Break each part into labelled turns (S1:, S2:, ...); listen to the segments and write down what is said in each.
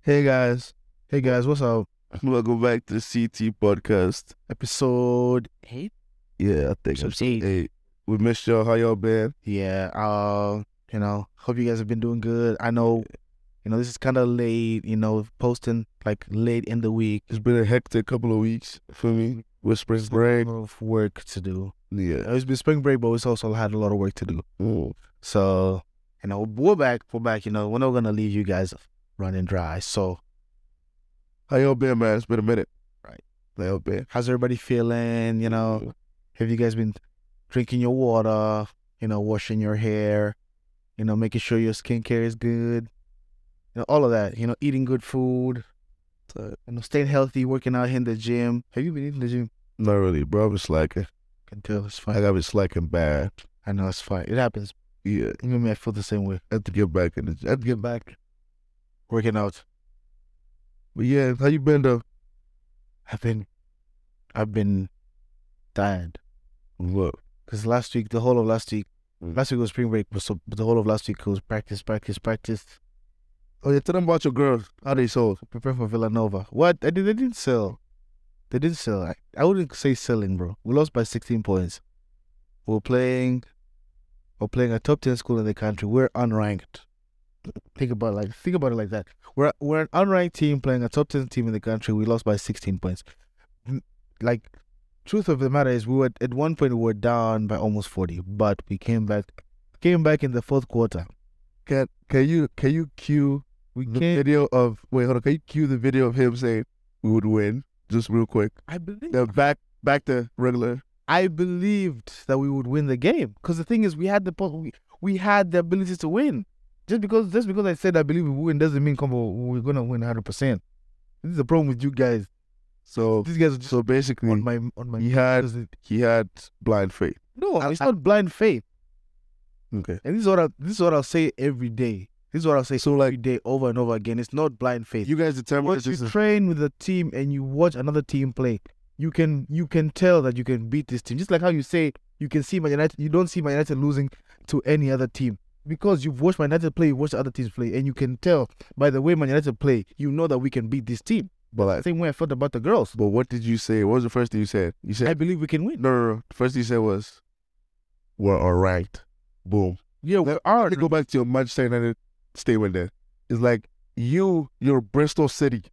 S1: Hey guys. Hey guys, what's up?
S2: Welcome back to the CT podcast.
S1: Episode
S3: Hey,
S2: Yeah, I think.
S3: So,
S2: it's-
S3: see-
S2: Hey, we missed y'all. How y'all been?
S1: Yeah, uh, you know, hope you guys have been doing good. I know, you know, this is kinda late, you know, posting like late in the week. Mm-hmm.
S2: It's been a hectic couple of weeks for me. With spring break.
S1: A lot of work to do. Uh,
S2: Yeah.
S1: It's been spring break, but it's also had a lot of work to do.
S2: Mm.
S1: So, you know, we're back, we're back, you know, we're not gonna leave you guys running dry. So
S2: How y'all been, man? It's been a minute.
S1: Right.
S2: How y'all been?
S1: how's everybody feeling? You know, have you guys been drinking your water, you know, washing your hair, you know, making sure your skincare is good, you know, all of that, you know, eating good food,
S2: Tight.
S1: you know, staying healthy, working out here in the gym. Have you been in the gym?
S2: Not really, bro. I've been slacking.
S1: I can tell it's
S2: I
S1: fine.
S2: got been slacking bad.
S1: I know it's fine. It happens.
S2: Yeah.
S1: Even me, I feel the same way.
S2: I have to get back in the I have to get back.
S1: Working out.
S2: But yeah, how you been though?
S1: I've been, I've been tired.
S2: Look.
S1: Cause last week, the whole of last week,
S2: Mm.
S1: last week was spring break, but so but the whole of last week was practice, practice, practice.
S2: Oh yeah, tell them about your girls. How they sold.
S1: prepare for Villanova. What? I did, they didn't sell. They didn't sell. I, I wouldn't say selling, bro. We lost by 16 points. We're playing. We're playing a top 10 school in the country. We're unranked. Think about it like think about it like that. We're we're an unranked team playing a top 10 team in the country. We lost by 16 points. N- Like, truth of the matter is, we were at one point we were down by almost 40, but we came back. Came back in the fourth quarter.
S2: Can can you can you cue
S1: We
S2: the
S1: came.
S2: video of wait, hold on, can you cue the video of him saying we would win? Just real quick.
S1: I believe.
S2: Yeah, back back to regular.
S1: I believed that we would win the game because the thing is, we had the pos- we, we had the ability to win. Just because just because I said I believe we win doesn't mean come on, we're gonna win 100. percent This is the problem with you guys.
S2: So
S1: These guys are just
S2: so basically,
S1: on my on my.
S2: he had
S1: because it-
S2: he had blind faith.
S1: No,
S2: I-
S1: it's
S2: I-
S1: not blind faith.
S2: Okay.
S1: And this is what I, this is what I'll say every day. This is what I'll say
S2: So
S1: every
S2: like
S1: day over and over again. It's not blind faith.
S2: you guys determined
S1: Once
S2: this
S1: you
S2: is
S1: train with a team and you watch another team play, you can you can tell that you can beat this team. Just like how you say you can see Man United, you don't see Man United losing to any other team because you've watched Man United play, you watch other teams play, and you can tell by the way Man United play, you know that we can beat this team.
S2: but like
S1: Same way I felt about the girls.
S2: but what did you say? What was the first thing you said? You
S1: I
S2: said
S1: believe we can win.
S2: no no no. The first thing you said was we're all right. Boom.
S1: Yeah,
S2: Let-
S1: we are.
S2: Let me go back to your Manchester United statement there. It's like you you're Bristol City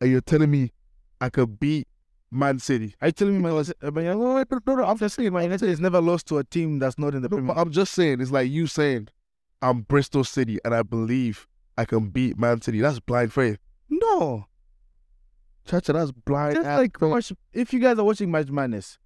S2: and you're telling me I could beat Man City.
S1: Are you telling me Man United? Man United- No, no, no, no, I'm just saying Man United has never lost to a team that's not in the
S2: No,
S1: Premier.
S2: but I'm just saying, it's like you saying, I'm Bristol City and I believe I can beat Man City. That's blind faith.
S1: No,
S2: Chacha, that's blind.
S1: Just
S2: ass
S1: like
S2: faith.
S1: watch, if you guys are watching March Madness,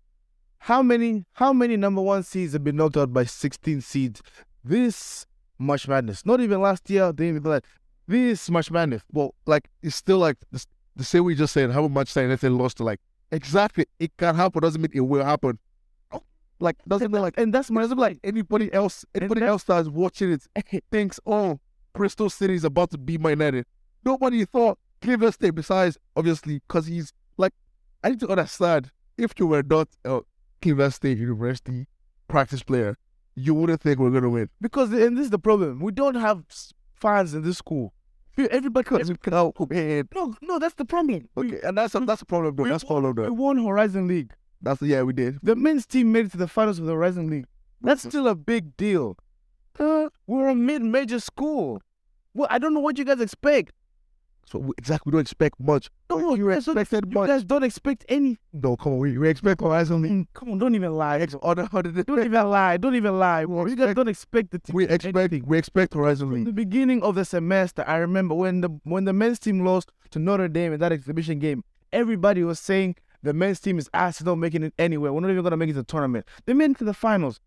S1: how many how many number one seeds have been knocked out by 16 seeds this March Madness? Not even last year, they even like this March Madness.
S2: well, like it's still like the, the same we just said. How much time they lost to like exactly it can happen doesn't mean it will happen. Like doesn't mean like
S1: And that's my like
S2: anybody else, anybody else that's watching it thinks, oh, Bristol City is about to beat Man United. Nobody thought Cleveland State besides obviously because he's like, I need to understand if you were not a Cleveland State University practice player, you wouldn't think we're gonna win.
S1: because and this is the problem. We don't have s- fans in this school. Everybody
S2: Because we can
S1: oh,
S2: win.
S1: No, no, that's the problem.
S2: Okay, and that's that's a problem though.
S1: we-
S2: That's a problem
S1: We
S2: though.
S1: won Horizon League.
S2: That's yeah, we did.
S1: The men's team made it to the finals of the Horizon League.
S2: Mm-hmm.
S1: That's still a big deal. Uh, we're a mid-major school. Well, I don't know what you guys expect.
S2: So we, exactly, we don't expect much.
S1: No, you guys, don't,
S2: expected
S1: you guys don't expect any.
S2: No, come on, we, we expect Horizon League.
S1: Come on, don't even lie. Ex-
S2: On the, on the,
S1: Don't even lie. Don't even lie.
S2: Well,
S1: You guys don't expect the team.
S2: we expect we expect Horizon
S1: From
S2: League.
S1: the beginning of the semester, I remember when the when the men's team lost to Notre Dame in that exhibition game, everybody was saying the men's team is ass, it's not making it anywhere. We're not even gonna make it to the tournament. They made it to the finals.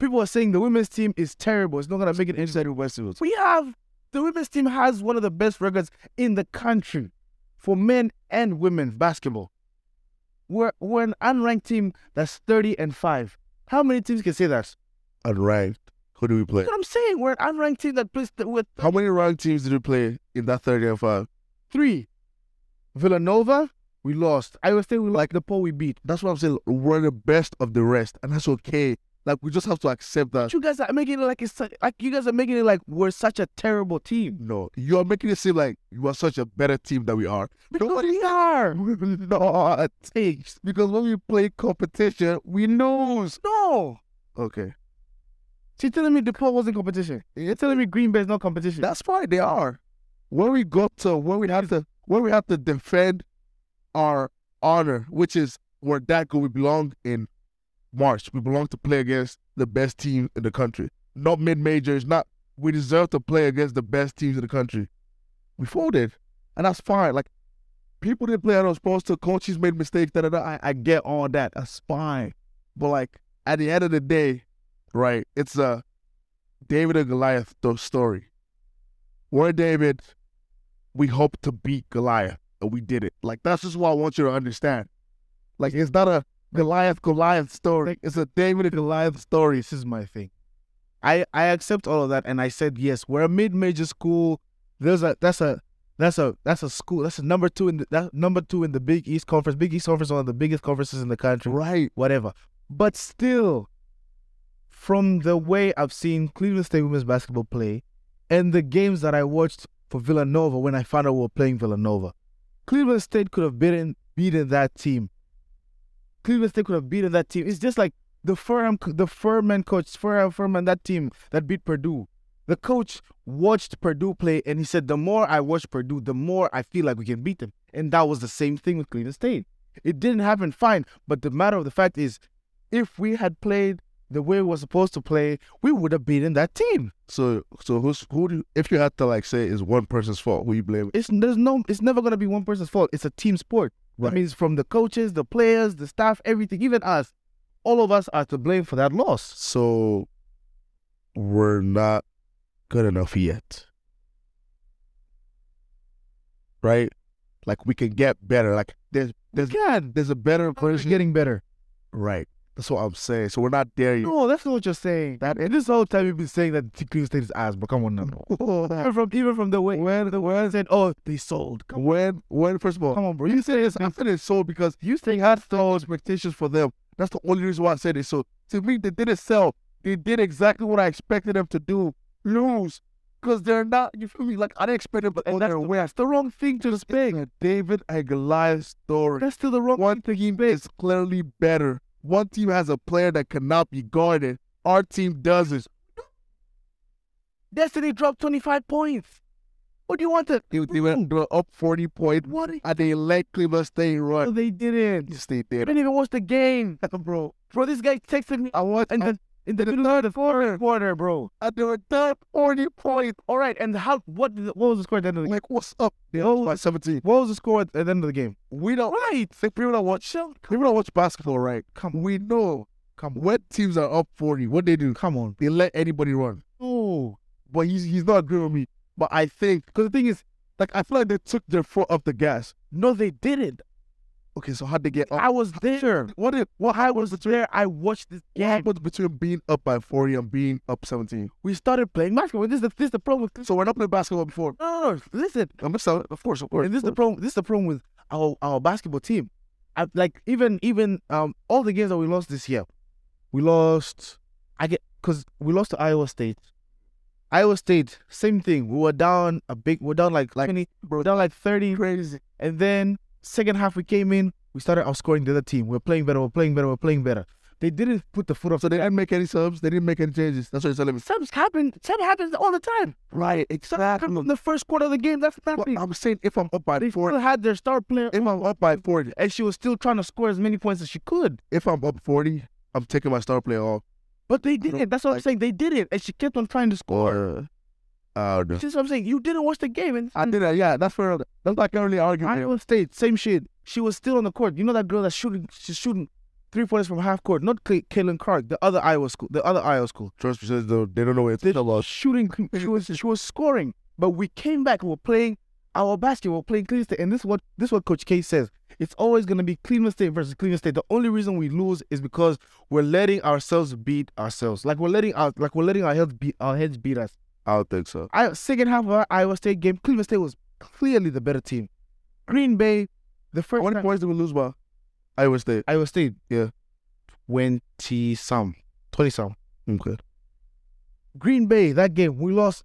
S1: People were saying the women's team is terrible. It's not gonna make it inside the Westfield. We have the women's team has one of the best records in the country for men and women basketball. We're we're an unranked team that's 30 and 5. How many teams can say that?
S2: Unranked. Who do we play?
S1: That's what I'm saying. We're an unranked team that plays th- with
S2: How many ranked teams did we play in that 30 and 5?
S1: Three, Villanova, we lost. Iowa State, we like the poll we beat.
S2: That's what I'm saying. We're the best of the rest, and that's okay. Like we just have to accept that.
S1: But you guys are making it like it's su- like you guys are making it like we're such a terrible team.
S2: No, you are making it seem like you are such a better team than we are.
S1: Because we are.
S2: We're not. Because when we play competition, we lose.
S1: No.
S2: Okay.
S1: She's telling me DePaul wasn't competition. You're telling me Green Bay is not competition.
S2: That's why they are. When we got to when we have to when we have to defend our honor, which is we're that good. We belong in March. We belong to play against the best team in the country. Not mid majors. Not we deserve to play against the best teams in the country. We folded, and that's fine. Like people didn't play how they were supposed to. Coaches made mistakes. Da da da. I, I get all that. That's fine. But like at the end of the day, right? It's a David and Goliath th- story. Where David, we hoped to beat Goliath, and we did it. Like that's just what I want you to understand. Like it's not a Goliath Goliath story. It's a David and Goliath story.
S1: This is my thing. I I accept all of that, and I said yes. We're a mid-major school. There's a that's a that's a that's a school. That's a number two in the that number two in the Big East Conference. Big East Conference is one of the biggest conferences in the country.
S2: Right.
S1: Whatever. But still, from the way I've seen Cleveland State women's basketball play and the games that I watched for Villanova when I found out we were playing Villanova, Cleveland State could have beaten beaten that team. Cleveland State could have beaten that team. It's just like the Furham the Furman coach, Furham Furman, that team that beat Purdue. The coach watched Purdue play and he said, The more I watch Purdue, the more I feel like we can beat them. And that was the same thing with Cleveland State. It didn't happen fine, but the matter of the fact is, if we had played the way we were supposed to play, we would have beaten that team.
S2: So so who's who? Do, if you had to like say is one person's fault, who you blame?
S1: It's there's no it's never gonna be one person's fault. It's a team sport.
S2: Right.
S1: That means from the coaches, the players, the staff, everything, even us, all of us are to blame for that loss.
S2: So we're not good enough yet, right? Like we can get better. Like there's there's
S1: God,
S2: there's a better
S1: it's
S2: version.
S1: getting better.
S2: Right. That's what I'm saying. So we're not there yet.
S1: No, that's not what you're saying. That and this whole time you've been saying that Cleveland State is ass, but come on now. Even from even from the way where the where said, oh, they sold. Come,
S2: When when first of all,
S1: come on, bro.
S2: you
S1: You
S2: say it's I said it's so because
S1: you
S2: they
S1: think
S2: had no expectations for them. That's the only reason why I said it. So to me, they didn't sell. They did exactly what I expected them to do. Lose. Because they're not, you feel me? Like, I didn't expect them to go
S1: and that's
S2: their
S1: the,
S2: way.
S1: that's the wrong thing to expect.
S2: A David and Goliath story.
S1: That's still the wrong
S2: One
S1: thing to
S2: It's clearly better. One team has a player that cannot be guarded. Our team doesn't.
S1: Destiny dropped 25 points. What do you want to?
S2: They, they went they were up 40 points
S1: What?
S2: and they let Cleveland stay
S1: No,
S2: run.
S1: they didn't.
S2: Yes, they
S1: I
S2: did.
S1: didn't even watch the game,
S2: Bro,
S1: bro. This guy texted me
S2: I want,
S1: in
S2: and,
S1: the in the middle of the quarter, quarter, bro.
S2: and they were down 40 points.
S1: All right, and how? What? Did, what was the score at the end of the game?
S2: Like, what's up? They
S1: Oh,
S2: all by 17.
S1: What was the score at the end of the game?
S2: We don't
S1: Right.
S2: think people that watch
S1: Come
S2: people that watch basketball, right?
S1: on,
S2: We know
S1: come on,
S2: when teams are up 40, what they do,
S1: come on.
S2: they let anybody run.
S1: No,
S2: But he's he's not agreeing with me. But I think because the thing is, like I feel like they took their foot off the gas.
S1: no, they didn't.
S2: Okay, so how'd they get up?
S1: I was there.
S2: What if what
S1: I
S2: how
S1: was there. I watched this game.
S2: happened between being up by 40 and being up 17?
S1: We started playing basketball. This is the, this is the problem with.
S2: So we're not playing basketball before.
S1: No, no, no. Listen,
S2: I'm just telling- of course, of course.
S1: and this is the
S2: of
S1: problem. This is the problem with our our basketball team. I, like even even um all the games that we lost this year, we lost. I get because we lost to Iowa State. Iowa State, same thing. We were down a big. We're down like like 20, we're down like thirty,
S2: crazy.
S1: and then second half we came in. We started outscoring the other team. We're playing better. We're playing better. We're playing better. They didn't put the foot off.
S2: So they didn't make any subs. They didn't make any changes. That's what you're telling me.
S1: Something's happened. Something happens all the time.
S2: Right,
S1: Come in the first quarter of the game. That's
S2: Well,
S1: happening.
S2: I'm saying if I'm up by
S1: They
S2: 40,
S1: still had their star player,
S2: if I'm up by 40,
S1: and she was still trying to score as many points as she could.
S2: if I'm up 40, I'm taking my star player off.
S1: But they did
S2: don't
S1: it. That's what I'm
S2: like-
S1: saying. They did it, and she kept on trying to score.
S2: Uh,
S1: That's what I'm saying. You didn't watch the game, and
S2: I did that. Yeah, that's fair. enough. That's why I can't really argue. with you.
S1: Iowa State, same shit. She was still on the court. You know that girl that's shooting? She's shooting three pointers from half court. Not Kay- Caitlin Clark, the other Iowa school, the other Iowa school.
S2: Trust me, says though, they don't know where it's
S1: They
S2: still lost.
S1: shooting. She was she was scoring. But we came back. We were playing our basketball. we were playing Cleveland State, and this is what this is what Coach K says. It's always gonna be Cleveland State versus Cleveland State. The only reason we lose is because we're letting ourselves beat ourselves. Like we're letting our like we're letting our heads beat our heads beat us.
S2: I don't think so.
S1: I, second half of our Iowa State game, Cleveland State was clearly the better team. Green Bay, the
S2: How
S1: first
S2: many
S1: time-
S2: points did we lose by? Iowa State.
S1: Iowa State,
S2: Yeah.
S1: twenty some, play some.
S2: Okay.
S1: Green Bay, that game, we lost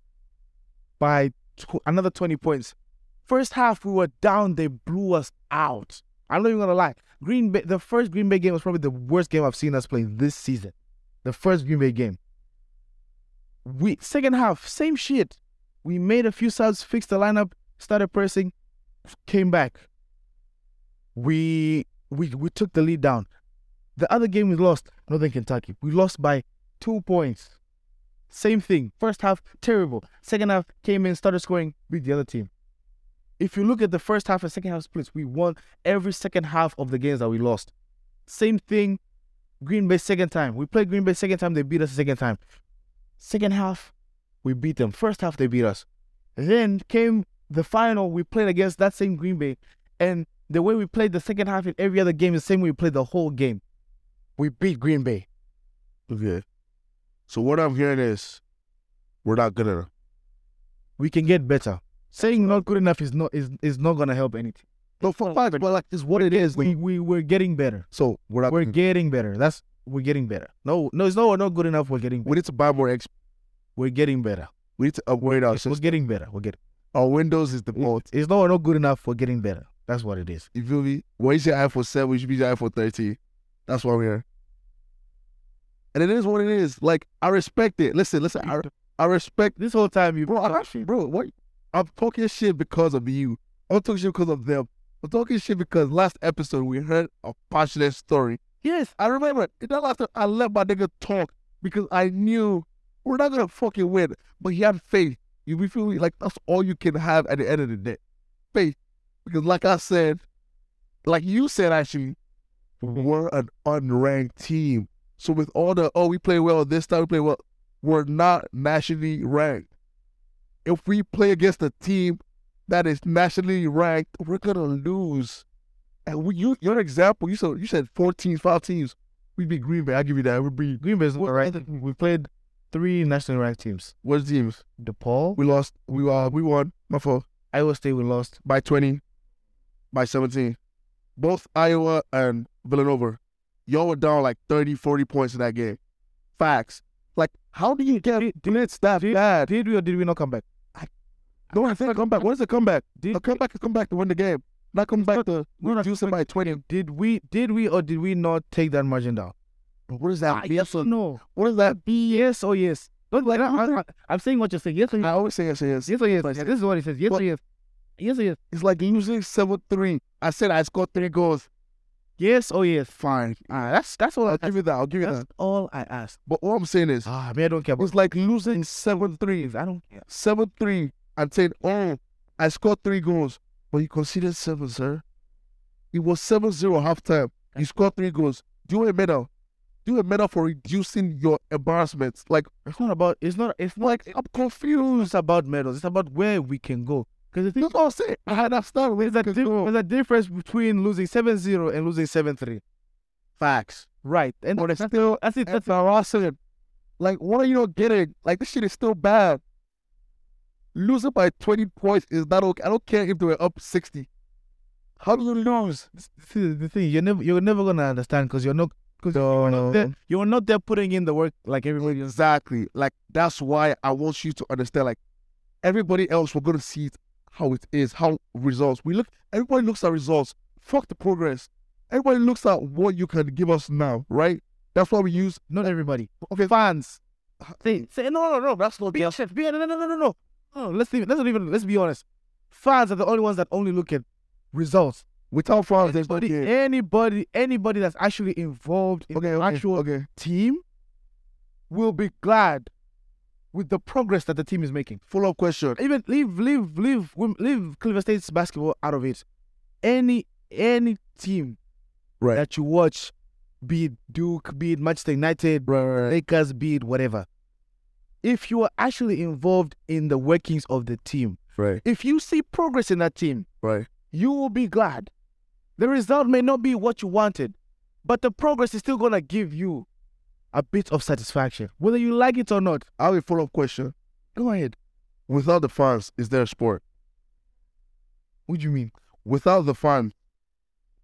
S1: by tw- another 20 points. First half, we were down. They blew us out. I'm not even going to lie. Green Bay, the first Green Bay game was probably the worst game I've seen us play this season. The first Green Bay game. We Second half, same shit. We made a few subs, fixed the lineup, started pressing, came back. We we we took the lead down. The other game we lost, Northern Kentucky. We lost by two points. Same thing. First half, terrible. Second half, came in, started scoring, beat the other team. If you look at the first half and second half splits, we won every second half of the games that we lost. Same thing, Green Bay second time. We played Green Bay second time, they beat us the second time. Second half, we beat them. First half, they beat us. Then came the final, we played against that same Green Bay. And the way we played the second half in every other game is the same way we played the whole game. We beat Green Bay.
S2: Okay. So what I'm hearing is we're not good enough.
S1: We can get better. Saying not good enough is not is, is not gonna help anything.
S2: No, for fact, but like it's what it is.
S1: we, we we're getting better.
S2: so we're not.
S1: We're getting better. That's we're getting better. No, no, it's not we're not good enough. We're getting
S2: we
S1: better.
S2: need to buy more X.
S1: We're getting better.
S2: We need to upgrade our
S1: We're
S2: system.
S1: getting better. We're getting.
S2: Our Windows is the most.
S1: It's not we're not good enough. We're getting better. That's what it is.
S2: You feel me? Where's your iPhone 7? We should be your iPhone 13. That's why I'm here. And it is what it is. Like I respect it. Listen, listen. I, I respect.
S1: This whole time you
S2: Bro, I'm actually, bro, what? I'm talking shit because of you. I'm not talking shit because of them. I'm talking shit because last episode we heard a passionate story.
S1: yes.
S2: I remember in that last time I let my nigga talk because I knew we're not gonna fucking win. But he had faith. You be feeling like that's all you can have at the end of the day. Faith. Because like I said, like you said actually, we're an unranked team. So with all the oh we play well this time we play well, we're not nationally ranked. If we play against a team that is nationally ranked, we're gonna lose. And we, you, your example, you said you said four teams, five teams. We beat Green Bay. I give you that. We beat
S1: Green Bay's not
S2: What
S1: right.
S2: other-
S1: We played three national ranked teams.
S2: what teams?
S1: DePaul,
S2: We lost. We uh, we won. My fault.
S1: Iowa State. We lost.
S2: By twenty, by seventeen. Both Iowa and Villanova, y'all were down like 30, 40 points in that game. Facts. Like, how do you get
S1: Did-
S2: blitzed that
S1: did-
S2: bad?
S1: Did we or did we not come back?
S2: No, I said comeback. What is a comeback?
S1: Did
S2: A comeback is come back to win the game. Not come back to
S1: no, no,
S2: reduce it by twenty.
S1: did we did we or did we not take that margin down?
S2: But what does that? Yes or
S1: No.
S2: What is that?
S1: Yes or yes. Don't like I, I, am saying what you're saying. Yes or
S2: I
S1: yes.
S2: always say yes, yes.
S1: Yes or yes. This is what he says. Yes or
S2: What?
S1: yes. Yes or yes.
S2: It's like losing seven three. I said I scored three goals.
S1: Yes or yes.
S2: Fine.
S1: Ah, that's that's all. I,
S2: I'll give you that. I'll give you
S1: that's
S2: that.
S1: all I asked.
S2: But what I'm saying is,
S1: Ah, man, I don't care about
S2: it's like losing seven three,
S1: things. I don't care.
S2: seven three, and saying, "Oh, I scored three goals," but you conceded seven, sir. It was 7-0 halftime. You scored three goals. Do a medal. Do a medal for reducing your embarrassments. Like,
S1: It's not about. It's not. It's not,
S2: like I'm confused.
S1: it's about medals. It's about where we can go. Because the thing
S2: That's all I'm saying. I had that start
S1: there's
S2: with
S1: a,
S2: that.
S1: di- there's a difference between losing 7-0 and losing 7-3.
S2: Facts.
S1: Right. And
S2: But it's
S1: that's,
S2: still
S1: that's it.
S2: That's
S1: That's,
S2: what I'm saying. Like, what are you not getting? Like, this shit is still bad. Losing by 20 points is not okay. I don't care if they were up 60. How do you lose?
S1: see, the thing you're never you're never gonna understand because you're not because you're, not there- you're not there putting in the work like everybody else.
S2: Exactly. Like, that's why I want you to understand. Like, everybody else, we're going to see it, how it is, how results. We look, everybody looks at results. Fuck the progress. Everybody looks at what you can give us now, right? That's why we use,
S1: Not everybody.
S2: okay,
S1: Fans.
S2: say,
S1: Say no no no. That's not be, honest, be, no no no no no, no. No, let's leave, let's not even let's be honest. Fans are the only ones that only look at results.
S2: without fans, there's no
S1: Anybody,
S2: game.
S1: anybody, anybody that's actually involved in
S2: Okay,
S1: the
S2: okay,
S1: actual
S2: okay.
S1: team will be glad with the progress that the team is making.
S2: Follow up question.
S1: Even leave, leave, leave, wom- leave Cleveland State's basketball out of it. Any any team
S2: Right.
S1: that you watch, be it Duke, be it Manchester United,
S2: Right, right, right.
S1: Lakers, be it whatever. If you are actually involved in the workings of the team,
S2: Right,
S1: if you see progress in that team,
S2: right.
S1: you will be glad. The result may not be what you wanted, but the progress is still going to give you a bit of satisfaction, whether you like it or not.
S2: I have a follow up question.
S1: Go ahead.
S2: Without the fans, is there a sport?
S1: What do you mean?
S2: Without the fans,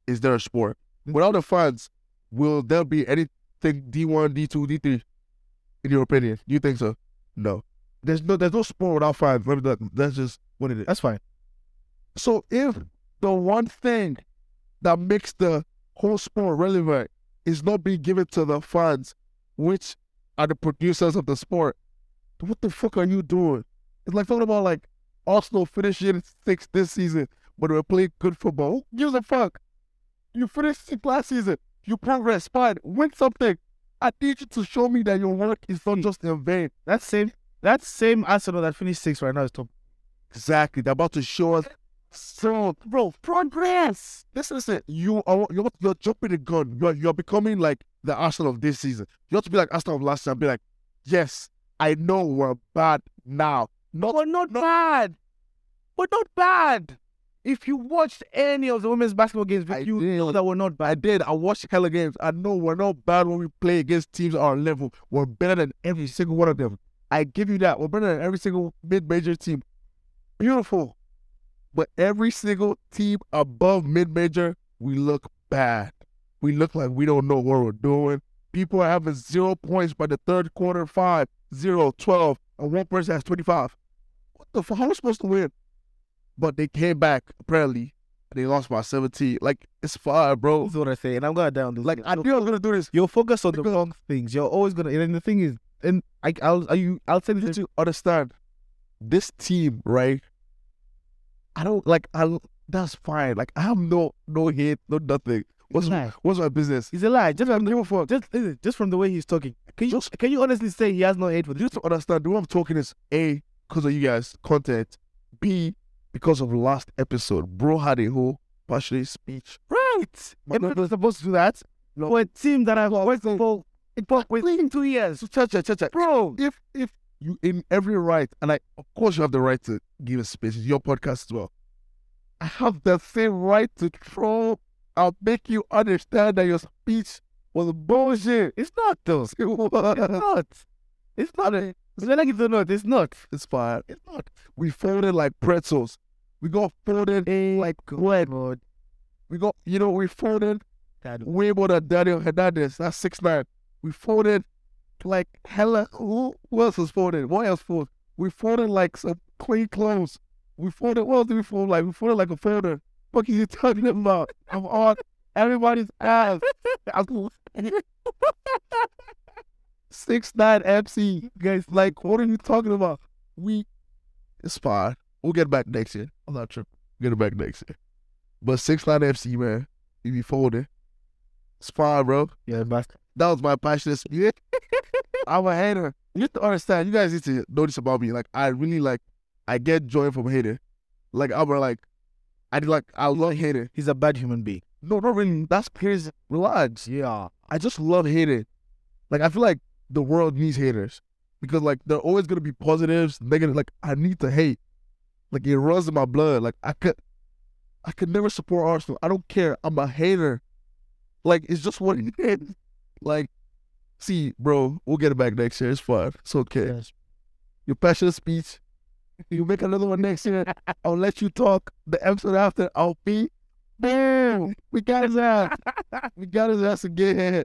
S2: is there a sport? Without the fans, will there be anything D1, D2, D3? in your opinion? Do you think so? No. There's no there's no sport without fans. Remember that that's just what it is.
S1: That's fine.
S2: So if the one thing that makes the whole sport relevant is not being given to the fans, which are the producers of the sport, then what the fuck are you doing? It's like talking about like Arsenal finishing sixth this season, but we're playing good football. Who gives a fuck? You finished sixth last season. You progress, fine, win something. I need you to show me that your work is not just in vain.
S1: That same that same Arsenal that finished sixth right now is top.
S2: Exactly. They're about to show us so
S1: Bro, progress.
S2: Listen, listen. You are you're you're jumping the gun. You're you're becoming like the Arsenal of this season. You have to be like Arsenal of last year and be like, yes, I know we're bad now. Not
S1: We're not bad. We're not bad. If you watched any of the women's basketball games,
S2: I
S1: you
S2: did.
S1: know that we're not
S2: I
S1: bad.
S2: did. I watched hella games. I know we're not bad when we play against teams at our level. We're better than every single one of them. I give you that. We're better than every single mid-major team. Beautiful. But every single team above mid-major, we look bad. We look like we don't know what we're doing. People are having zero points by the third quarter, five, zero, 12, and one person has 25. What the fuck? How are we supposed to win? But they came back, apparently, and they lost by 17. Like, it's fire, bro.
S1: That's what I say, and I'm gonna down this.
S2: Like
S1: thing.
S2: I knew I was gonna do this.
S1: you'll focus on the
S2: Because- um,
S1: wrong things. You're always gonna. And the thing is, and I, I'll, are you, I'll say
S2: You
S1: this.
S2: to understand this team, right? I don't like. I that's fine. Like I have no no hate, no nothing. What's
S1: Nah.
S2: what's my business?
S1: He's a lie. Just from the, just, listen, just from the way he's talking. Can you,
S2: Just-
S1: can you honestly say he has no hate for this?
S2: You to understand the way I'm talking is a because of you guys content. B because of last episode, bro had a whole passionate speech.
S1: Right.
S2: But
S1: Everyone's
S2: no-
S1: supposed to do that.
S2: No.
S1: For a team that I've worked
S2: no.
S1: for, it for within two years,
S2: So cha cha cha cha.
S1: bro.
S2: If if you in every right, and I of course you have the right to give a space. It's your podcast as well. I have the same right to troll. I'll make you understand that your speech was bullshit.
S1: It's not though.
S2: It was.
S1: not. It's not. It's not like it's not. It's not.
S2: It's fine. It's not. We folded like pretzels. We got folded like bread.
S1: Lord,
S2: We got you know we folded
S1: that
S2: way more than Daniel Hernandez. That's six nine. We folded like hella. Who, who else was folded? What else folded? We folded like some clean clothes. We folded. What else did we fold like? We folded like a folder. What are you talking about? I'm on everybody's ass. six nine MC guys. Like what are you talking about? We it's fine. We'll get back next year. I'm not tripping. We'll get back next year. But six nine FC man, you be folded. It's fine, bro.
S1: yeah, bastard.
S2: That was my passionate speech. I'm a hater. You need to understand. You guys need to know this about me. Like I really like. I get joy from hater. Like I'm a, like. I did like I love hater.
S1: He's a bad human being.
S2: No, not really. That's crazy. Relax.
S1: Yeah.
S2: I just love hating. Like I feel like the world needs haters because like they're always gonna be positives, negative. Like I need to hate. Like it runs in my blood. Like I could, I could never support Arsenal. I don't care. I'm a hater. Like it's just what it is. Like, see, bro, we'll get it back next year. It's fine. It's okay.
S1: Yes.
S2: Your passionate speech. You make another one next year. I'll let you talk. The episode after, I'll be. Boom! We got his ass. we got his ass again.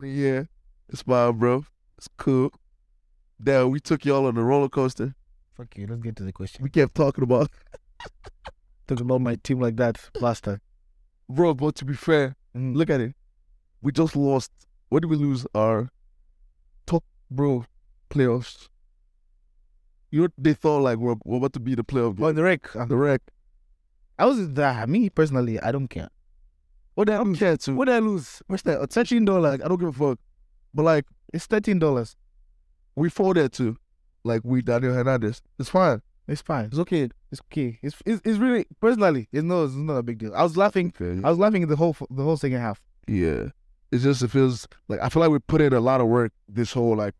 S2: But yeah, it's fine, bro. It's cool. Damn, we took y'all on the roller coaster.
S1: Fuck you. Let's get to the question.
S2: We kept talking about,
S1: Talking about my team like that, bastard.
S2: bro. But to be fair,
S1: Mm.
S2: look at it. We just lost. What did we lose? Our top, bro, playoffs. You know, they thought like we're, we're about to be the playoff.
S1: On the wreck.
S2: The wreck.
S1: I was that. Me personally, I don't care.
S2: What did I care to?
S1: What did I lose?
S2: What's that? A thirteen dollar. Like, I don't give a fuck. But like
S1: It's thirteen dollars.
S2: we folded too. Like we Daniel Hernandez. It's fine.
S1: It's fine.
S2: It's okay.
S1: It's okay. It's it's, it's really personally. It's no. It's not a big deal. I was laughing. I was laughing at the whole the whole second half.
S2: Yeah. It's just it feels like I feel like we put in a lot of work this whole like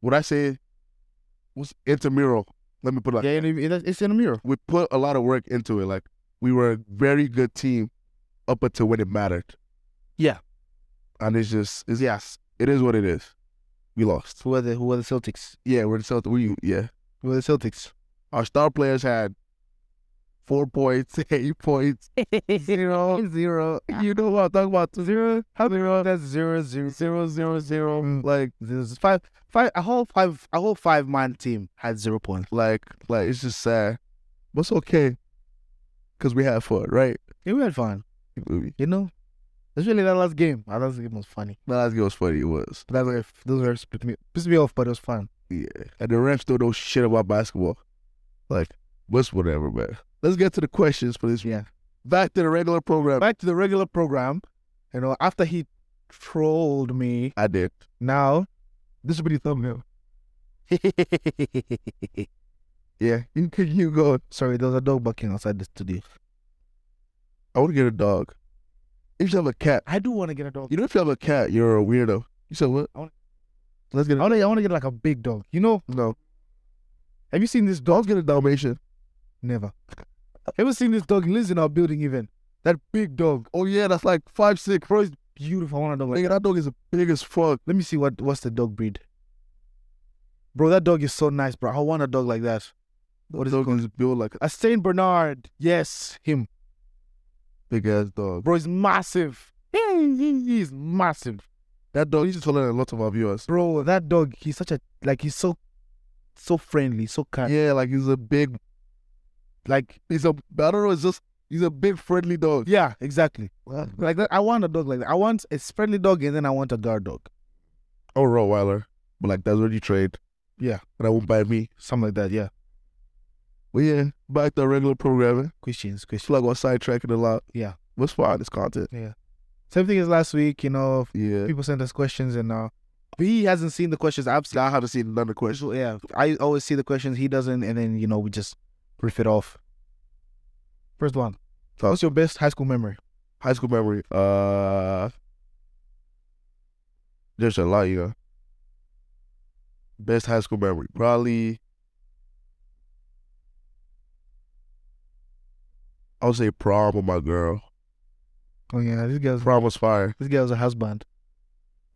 S2: what I say was intramural. Let me put it like
S1: yeah, and it, it's in a mirror.
S2: we put a lot of work into it. Like we were a very good team up until when it mattered.
S1: Yeah.
S2: And it's just it's yes. It is what it is. We lost.
S1: Who are the Who are the Celtics?
S2: Yeah, we're the South we yeah.
S1: Who are the Celtics?
S2: Our star players had four points, eight points, zero.
S1: zero.
S2: You know what I'm talking about? Zero, zero,
S1: That's zero zero
S2: zero, zero, zero.
S1: Mm.
S2: Like,
S1: zero. Five five a whole five a whole five man team had zero points.
S2: like, like. It's just sad, but it's okay, cause we had fun, right?
S1: Yeah, we had fun.
S2: Movie.
S1: You know? Especially that last game. Ah, That last game was funny.
S2: The last game was funny. It was.
S1: But that's why those were pissed me pissed me off, but it was fun.
S2: Yeah. And the Rams don't know shit about basketball. Like, what's whatever, man. Let's get to the questions for this.
S1: Yeah.
S2: Back to the regular program.
S1: Back to the regular program. You know, after he trolled me,
S2: I did.
S1: now this will be the thumbnail.
S2: Yeah. You can you go.
S1: Sorry, there was a dog barking outside the studio.
S2: I want to get a dog. If you have a cat,
S1: I do want to get a dog.
S2: you know, if you have a cat, you're a weirdo. You said what?
S1: I wanna-
S2: Let's get
S1: I
S2: a
S1: want to. I want to get like a big dog. You know?
S2: no.
S1: Have you seen this dog?
S2: Let's get a Dalmatian.
S1: Never. Ever seen this dog? He lives in our building even. That big dog.
S2: Oh yeah, that's like five six.
S1: Bro, it's beautiful. I want a dog like
S2: Nigga, that dog is big as fuck.
S1: Let me see what what's the dog breed. Bro, that dog is so nice, bro. I want a dog like that.
S2: What is dog is built like a
S1: A Saint Bernard. Yes, him.
S2: big ass dog.
S1: Bro, he's massive. He's massive.
S2: That dog used to tell a lot of our viewers.
S1: Bro, that dog, he's such a like he's so so friendly, so kind.
S2: Yeah, like he's a big,
S1: Like
S2: he's a I don't know, it's just he's a big friendly dog.
S1: yeah, exactly. Like that. I want a dog like that. I want a friendly dog and then I want a guard dog.
S2: Oh, Rottweiler, but like that's what you trade.
S1: Yeah.
S2: and I won't buy me.
S1: Something like that, yeah.
S2: But yeah, back to our regular programming.
S1: Questions,
S2: It's
S1: questions.
S2: like we're sidetracking a lot.
S1: Yeah.
S2: what's for this content?
S1: Same thing as last week, you know,
S2: Yeah,
S1: people sent us questions and uh he hasn't seen the questions. I've
S2: I haven't seen none of the questions.
S1: So yeah, I always see the questions he doesn't, and then you know we just riff it off. First one.
S2: Talk.
S1: What's your best high school memory?
S2: High school memory. Uh, there's a lot, you know. Best high school memory, probably. I would say prom with my girl.
S1: Oh yeah, this girl's
S2: Prom was fire.
S1: this girl's a husband.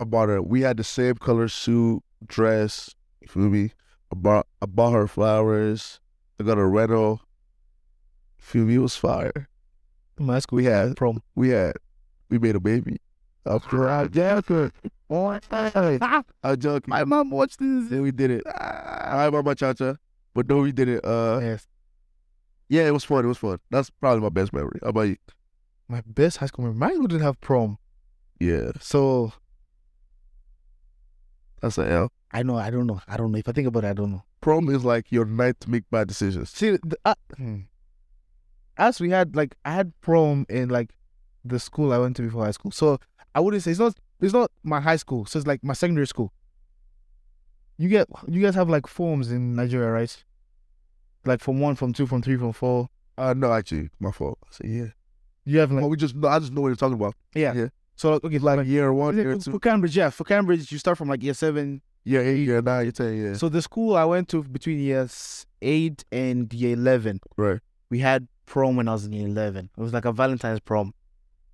S2: I bought her. We had the same color suit, dress. You feel me? I bought, I bought her flowers. I got a rental. Feel me? It was fire.
S1: My high school
S2: We had,
S1: prom.
S2: we had, we made a baby. I'm joking. I'm joking.
S1: My mom watched this. Ah.
S2: Then we did it. Hi, Mama Cha Cha. But no, we did it. Uh,
S1: Yes,
S2: yeah, it was fun. It was fun. That's probably my best memory. How about you?
S1: my best high school memory. My high school didn't have prom,
S2: Yeah,
S1: so
S2: that's an L.
S1: I know. I don't know. I don't know. If I think about it, I don't know.
S2: Prom is like your night to make bad decisions.
S1: See, the, uh, hmm. as we had like I had prom in like the school I went to before high school, so I wouldn't say it's not it's not my high school, so it's like my secondary school. You get you guys have like forms in Nigeria, right? Like from one, from two, from three, from four.
S2: Uh, no, actually, my fault. I said, yeah.
S1: You have like
S2: Well, we just, no, I just know what you're talking about.
S1: so like, okay like.
S2: Like year one, year
S1: For
S2: two,
S1: Cambridge, yeah. For Cambridge, you start from like year seven.
S2: year eight, year nine, year ten, yeah.
S1: So the school I went to between years eight and year eleven,
S2: Right.
S1: we had prom when I was in year eleven. It was like a Valentine's prom.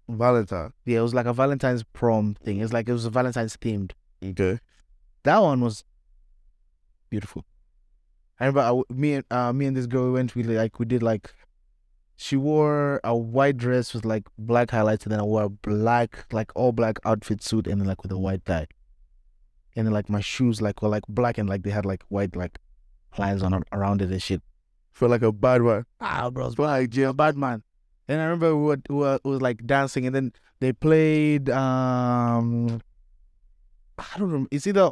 S2: Valentine.
S1: Yeah, it was like a Valentine's prom thing. It's like it was a Valentine's themed.
S2: Okay.
S1: That one was beautiful. I remember I w me and uh, me and this girl we went. We like we did like she wore a white dress with like black highlights, and then I wore a black like all black outfit suit, and then like with a white tie, and then like my shoes like were like black and like they had like white like lines on around it and shit.
S2: Felt like a bad one.
S1: Ah, bro, it's
S2: Felt like jail.
S1: bad man. And I remember we were, we were we was like dancing, and then they played. um I don't remember. It's either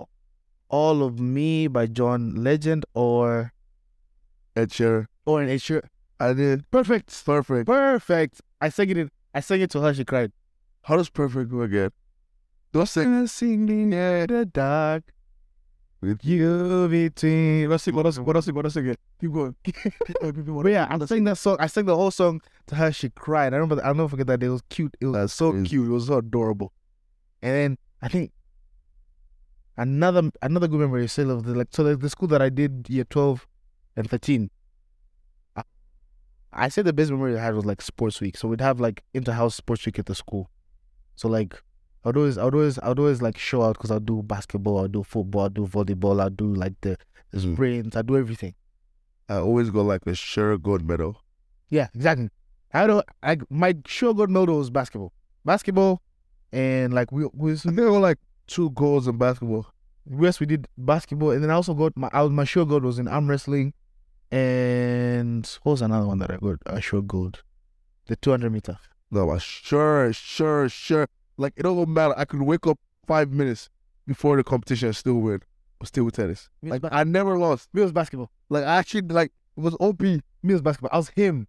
S1: "All of Me" by John Legend or
S2: Ed Sheeran.
S1: or an H.
S2: I did.
S1: Perfect,
S2: Perfect.
S1: perfect. I sang it. I sang it to her. She cried.
S2: How does perfect go again? Do I sing?
S1: Gonna sing in the dark
S2: With
S1: you between.
S2: Let's sing. What else? What else? What else again? Keep going.
S1: But yeah, I sang that song. I sang the whole song to her. She cried. I remember. I'll never forget that. day. It was cute. It was
S2: That's
S1: so
S2: crazy.
S1: cute. It was so adorable. And then I think another another good memory is still of the like so the, the school that I did year twelve and thirteen. I, I said the best memory I had was like sports week. So we'd have like inter-house sports week at the school. So like I'd always I'd always I'd always like show out because I'll do basketball, I'll do football, I'll do volleyball, I'll do like the
S2: Mhm.
S1: sprints, I'll do everything.
S2: I always got like a sure gold medal.
S1: Yeah, exactly. I don't. I my sure good know was basketball, basketball, and like we we
S2: I think I got like two goals in basketball.
S1: yes we did basketball, and then I also got my I was my sure good was in arm wrestling, and what was another one that I got? I sure good, the two hundred meter.
S2: No, I sure, sure, sure. Like it don't matter. I could wake up five minutes before the competition and still win. But still with tennis.
S1: Me
S2: Like
S1: was ba-
S2: I never lost.
S1: me was basketball.
S2: Like I actually like it was OP.
S1: Me was basketball. I was him.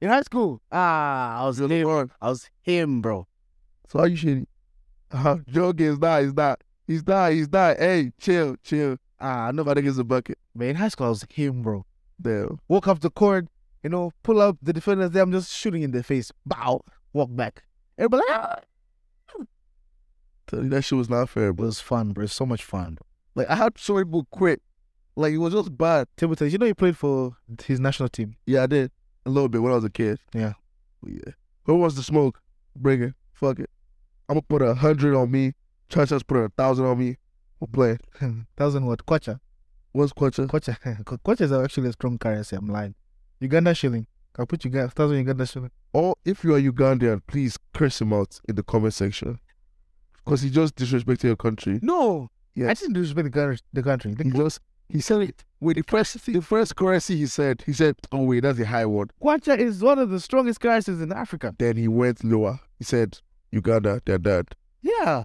S1: In high school, ah, I was him.
S2: LeBron.
S1: I was him, bro.
S2: So how you should uh joking is not, he's not. He's not, he's not. Hey, chill, chill. Ah, nobody gets a bucket.
S1: Man, in high school, I was him, bro.
S2: Damn.
S1: Walk up the court, you know, pull up the defenders there. I'm just shooting in their face. Bow, walk back. Everybody, like, ah.
S2: Tell you that shit was not fair,
S1: it
S2: bro.
S1: was fun, bro. It was so much fun. Bro.
S2: Like I had so many people quit. Like it was just bad.
S1: Table tennis. You know, he played for his national team.
S2: Yeah, I did. A little bit when I was a kid.
S1: Yeah.
S2: But yeah. Who wants to smoke? Bring it. Fuck it. I'm gonna put a hundred on me. Church just put a thousand on me. We'll play.
S1: Thousand what? Kwacha.
S2: What's culture?
S1: Kwacha. Kwa- Kwacha is actually a strong currency. I'm lying. Uganda shilling. I put Uganda thousand Uganda shilling.
S2: Or if you are Ugandan, please curse him out in the comment section. Cause he just disrespected your country.
S1: No.
S2: Yes.
S1: I didn't disrespect the country. The country.
S2: He
S1: The
S2: just he said it. With the first the first currency he said, he said, Oh wait, that's a high one.
S1: Kwacha is one of the strongest currencies in Africa.
S2: Then he went lower. He said, Uganda, they're dead.
S1: Yeah.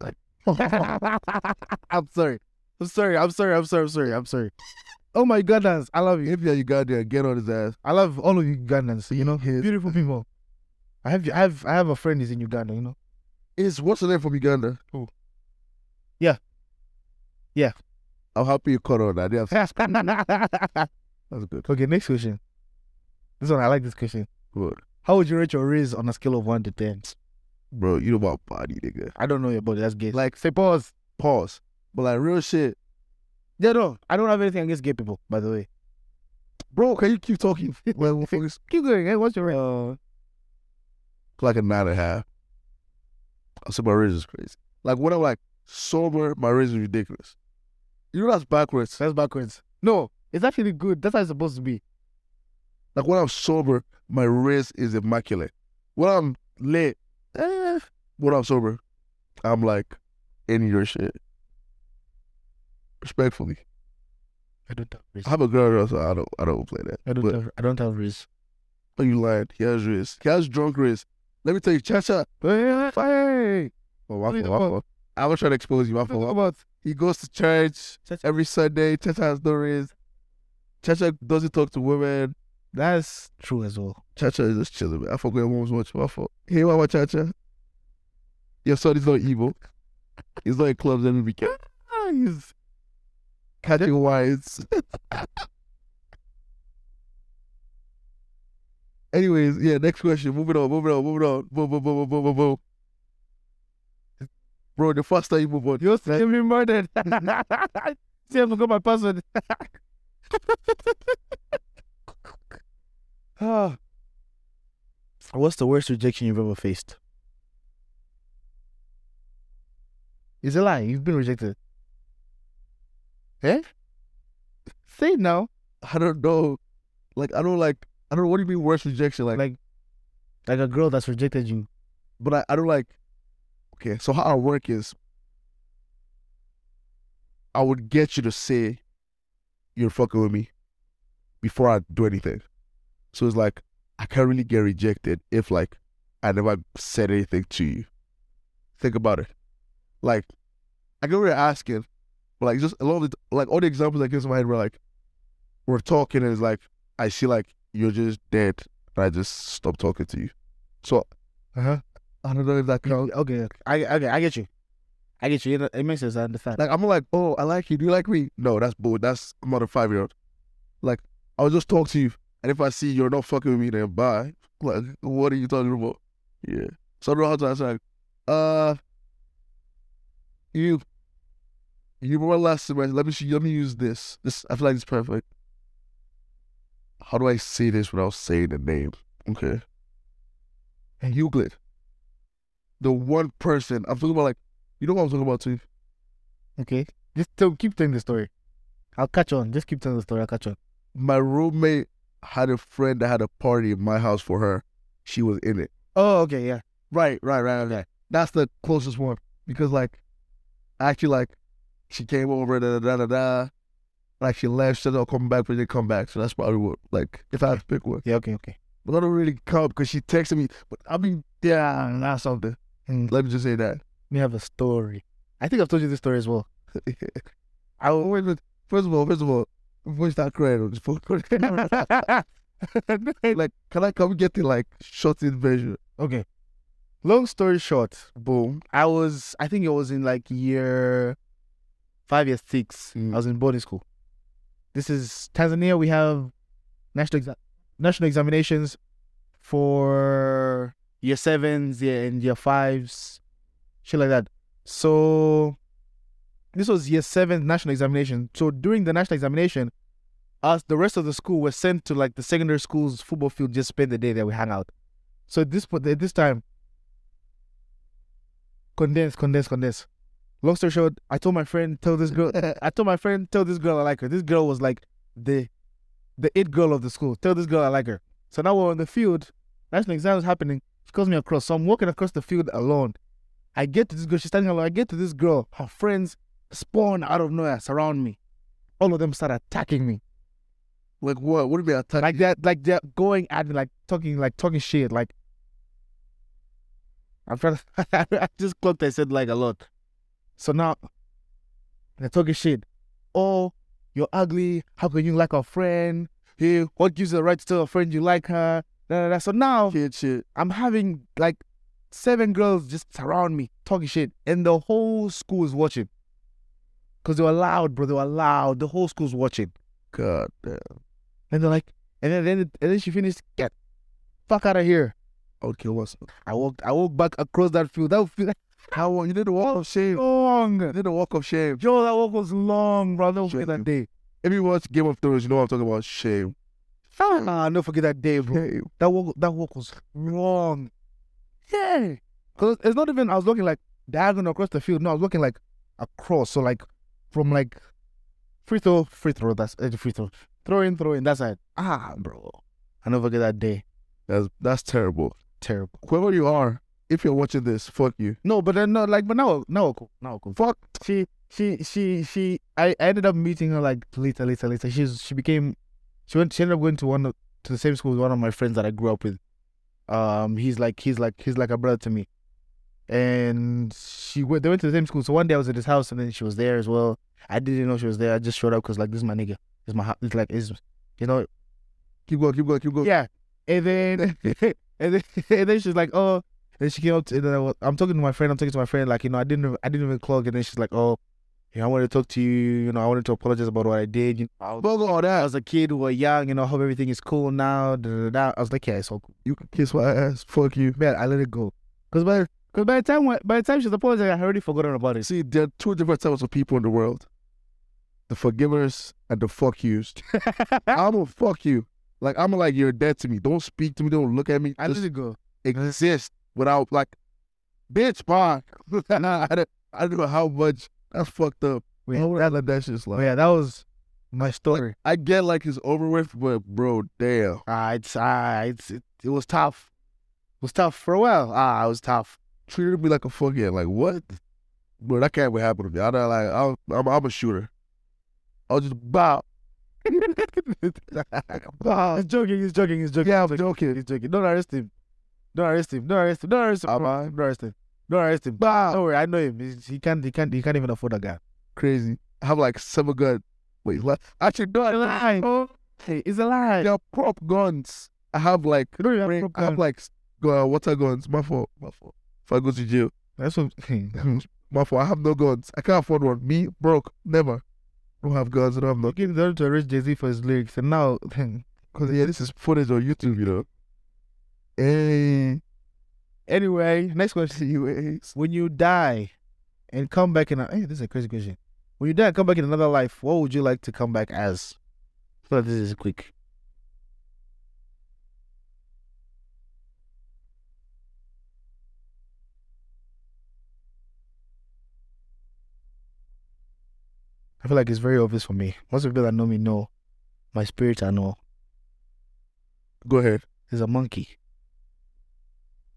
S1: I'm sorry. I'm sorry. I'm sorry. I'm sorry. I'm sorry. I'm sorry. Oh my Ugandans, I love you.
S2: If you're Ugandan, get on his ass.
S1: I love all of you Ugandans. You know,
S2: Yes.
S1: beautiful people. I have, I have, I have a friend who's in Uganda. You know.
S2: Is what's the name from Uganda?
S1: Who? Yeah. Yeah.
S2: I'm happy you caught on that. Yeah,
S1: okay,
S2: that's good.
S1: next question. This one, I like this question.
S2: Good.
S1: How would you rate your raise on a scale of 1 to 10?
S2: Bro, you know about body, nigga.
S1: I don't know your body. That's gay. Like,
S2: Like, say pause. Pause. But like, real shit.
S1: yeah, no, I don't have anything against gay people, by the way.
S2: Bro, can you keep talking? well, we'll focus
S1: Keep going. Hey, what's your rate? Uh,
S2: like a nine and a half. I said my raise is crazy. Like, when I'm like sober, my raise is ridiculous. You know that's backwards.
S1: that's backwards. No, it's actually good. That's how it's supposed to be.
S2: Like, when I'm sober, my raise is immaculate. When I'm lit, eh, when I'm sober, I'm like in your shit. Respectfully.
S1: I don't have raise.
S2: I have a girl, so I don't, I don't play that.
S1: I don't,
S2: but,
S1: have, I don't have raise.
S2: oh, you lying? He has wrist. He has drunk wrist. Let me tell you, cha cha.
S1: Hey, hey,
S2: Oh, my
S1: What are you
S2: fault, my
S1: talking
S2: fault. I was trying to expose you. My fault.
S1: talking
S2: my fault. He goes to church
S1: Cha-cha.
S2: every Sunday. Cha cha has no wrist. Cha cha doesn't talk to women.
S1: That's true as well.
S2: Cha cha is just chilling. Man. I forgot mom was watching. My fault. Hey, mama, cha cha. Your son is not evil. He's not in clubs every weekend. He's catching wines. Anyways, yeah, next question. Moving on, moving on, moving on. Boom, boom, boom, boom, boom, boom, boom. Bro, the first time you move on,
S1: You're still being murdered. See, I forgot my password. Ah. What's the worst rejection you've ever faced? Is it lie? You've been rejected. Eh? Say it now.
S2: I don't know. Like, I don't like, I don't know. What do you mean worst rejection? Like,
S1: Like- Like a girl that's rejected you.
S2: but I, I don't like, okay, so how I work is I would get you to say you're fucking with me before I do anything. So it's like, I can't really get rejected if, like, I never said anything to you. Think about it. Like, I get what you're asking, but like, just a lot of the, like, all the examples I give in my head were like, we're talking and it's like, I see like you're just dead and I just stop talking to you. So, uh-huh.
S1: Uh huh.
S2: I don't know if that counts.
S1: Okay. okay. I okay. I get you. I get you. You know, It makes sense. I understand.
S2: Like I'm like, oh, I like you. Do you like me? No, that's bull. That's I'm not a five year old. Like I'll just talk to you, and if I see you're not fucking with me, then bye. Like what are you talking about? Yeah. So I don't know how to answer. Like, uh, you, you remember last semester? Let me see. Let me use this. This I feel like it's perfect. How do I say this without saying the name? Okay. And Euclid, the one person I'm talking about, like you know what I'm talking about too.
S1: okay. Just tell, keep telling the story. I'll catch on. Just keep telling the story. I'll catch on.
S2: my roommate had a friend that had a party in my house for her. She was in it.
S1: Oh, okay, yeah.
S2: Right, right, right, right. That's the closest one because like, actually, like, she came over da da da da da. Like she left, she said I'll come back, but she didn't come back. So that's probably what like if I had to pick one.
S1: Yeah, okay, okay.
S2: But I don't really count because she texted me. But I mean, yeah, not something.
S1: Mm.
S2: Let me just say that.
S1: Let me have a story. I think I've told you this story as well.
S2: I will wait, wait. First of all, first of all, before you start crying on this phone, like, can I come get the like shortened version?
S1: Okay. Long story short, boom. I was, I think it was in like year five, year six.
S2: Mm.
S1: I was in boarding school. This is Tanzania. We have national exa- national examinations for year sevens, year and year fives, shit like that. So this was year seven national examination. So during the national examination, us the rest of the school were sent to like the secondary school's football field just spend the day that we hang out. So at this point, at this time, condense, condense, condense. Long story short, I told my friend, tell this girl, I told my friend, tell this girl I like her. This girl was like the the it girl of the school. Tell this girl I like her. So now we're on the field. National exam is happening. She calls me across. So I'm walking across the field alone. I get to this girl. She's standing alone. I get to this girl. Her friends spawn out of nowhere, surround me. All of them start attacking me.
S2: Like what? What do you mean attack?
S1: Like that, like they're going at me, like talking, like talking shit. Like I'm trying to. I just clocked. I said like a lot. So now they're talking shit. Oh, you're ugly. How can you like our friend? Hey, what gives you the right to tell a friend you like her? Da, da, da. So now
S2: Kid shit.
S1: I'm having like seven girls just surround me talking shit, and the whole school is watching. Cause they were loud, bro. They were loud. The whole school's watching.
S2: God damn.
S1: And they're like, and then then, and then she finished, get fuck out of here.
S2: I would kill myself.
S1: I walked I walked back across that field. That field
S2: How long? You did the walk of shame. You
S1: long.
S2: did the walk of shame.
S1: Yo, that walk was long, bro. Don't forget
S2: Shame.
S1: that day.
S2: If you watch Game of Thrones, you know what I'm talking about. Shame.
S1: Ah, don't forget that day, bro.
S2: Shame.
S1: That walk that walk was long. Yeah. Cause it's not even I was looking like diagonal across the field. No, I was looking like across. So like from like free throw, free throw, that's uh, free throw. Throw in, throw in, that's it. Ah, bro. I never forget that day.
S2: That's that's terrible.
S1: Terrible.
S2: Whoever you are, if you're watching this, fuck you.
S1: No, but then no, like, but now, now, we're cool. now, we're cool. Fuck. She, she, she, she. I, I ended up meeting her like later, later, later. She's she became, she went. She ended up going to one of, to the same school as one of my friends that I grew up with. Um, he's like he's like he's like a brother to me, and she went. They went to the same school. So one day I was at his house, and then she was there as well. I didn't know she was there. I just showed up because like this is my nigga. It's my hou- it's like is, you know.
S2: Keep going. Keep going. Keep going.
S1: Yeah, and then and then and then she's like, oh, and she came up to, and then I was, I'm talking to my friend. I'm talking to my friend. Like, you know, I didn't, even- I didn't even clog. And then she's like, oh, you know, I wanted to talk to you. You know, I wanted to apologize about what I did. You know, I was,
S2: Fuck all
S1: I
S2: that.
S1: was a kid. We were young. You know, I hope everything is cool now. Da, da, da. I was like, yeah, it's all cool.
S2: You can kiss my ass. Fuck you.
S1: Man, I let it go. Cause by, cause by the time, when- by the time she's apologizing, I already forgotten about it.
S2: See, there are two different types of people in the world: the forgivers and the fuck yous. I'm a fuck you. Like I'm like you're dead to me. Don't speak to me. Don't look at me.
S1: I
S2: Just
S1: let it go.
S2: exist without like, bitch, bye. nah, I don't, I don't know how much that's fucked up.
S1: Wait,
S2: I would
S1: that,
S2: let that shit slide.
S1: yeah, that was my story.
S2: I get like it's over with, but bro, damn.
S1: Ah, it's, ah, it's, it, it was tough. It was tough for a while. Ah, it was tough.
S2: Treated me like a fuckhead. Like what? Bro, that can't be happening to me. I don't like. I'll, I'm, I'm a shooter. I'll just bow. bow.
S1: He's joking. He's joking. He's joking.
S2: Yeah, I'm joking.
S1: He's joking. Don't arrest him. Don't arrest him. Don't arrest him. Don't arrest him.
S2: Am I?
S1: Don't arrest him. Don't arrest him.
S2: Bow.
S1: Don't worry, I know him. He's, he can't. He can't. He can't even afford a gun.
S2: Crazy. I have like seven gun. Wait, what? Actually, no. I-
S1: lie.
S2: Oh,
S1: Hey, it's a lie.
S2: they're prop guns. I have like
S1: You don't even
S2: Ring-
S1: have
S2: I have
S1: proper.
S2: like uh, water guns. My fault. My fault. If I go to jail,
S1: That's what.
S2: my fault. I have no guns. I can't afford one. Me broke. Never. Don't have guns. I don't have no.
S1: Looking down to arrest Jay Z for his lyrics, and now
S2: Cause yeah, this is footage on YouTube. You know. Hey.
S1: anyway, next question.
S2: Anyways.
S1: When you die, and come back in a hey, this is a crazy question. When you die and come back in another life, what would you like to come back as? I feel like this is quick. I feel like it's very obvious for me. Most people that know me know my spirit. I know.
S2: Go ahead.
S1: He's a monkey.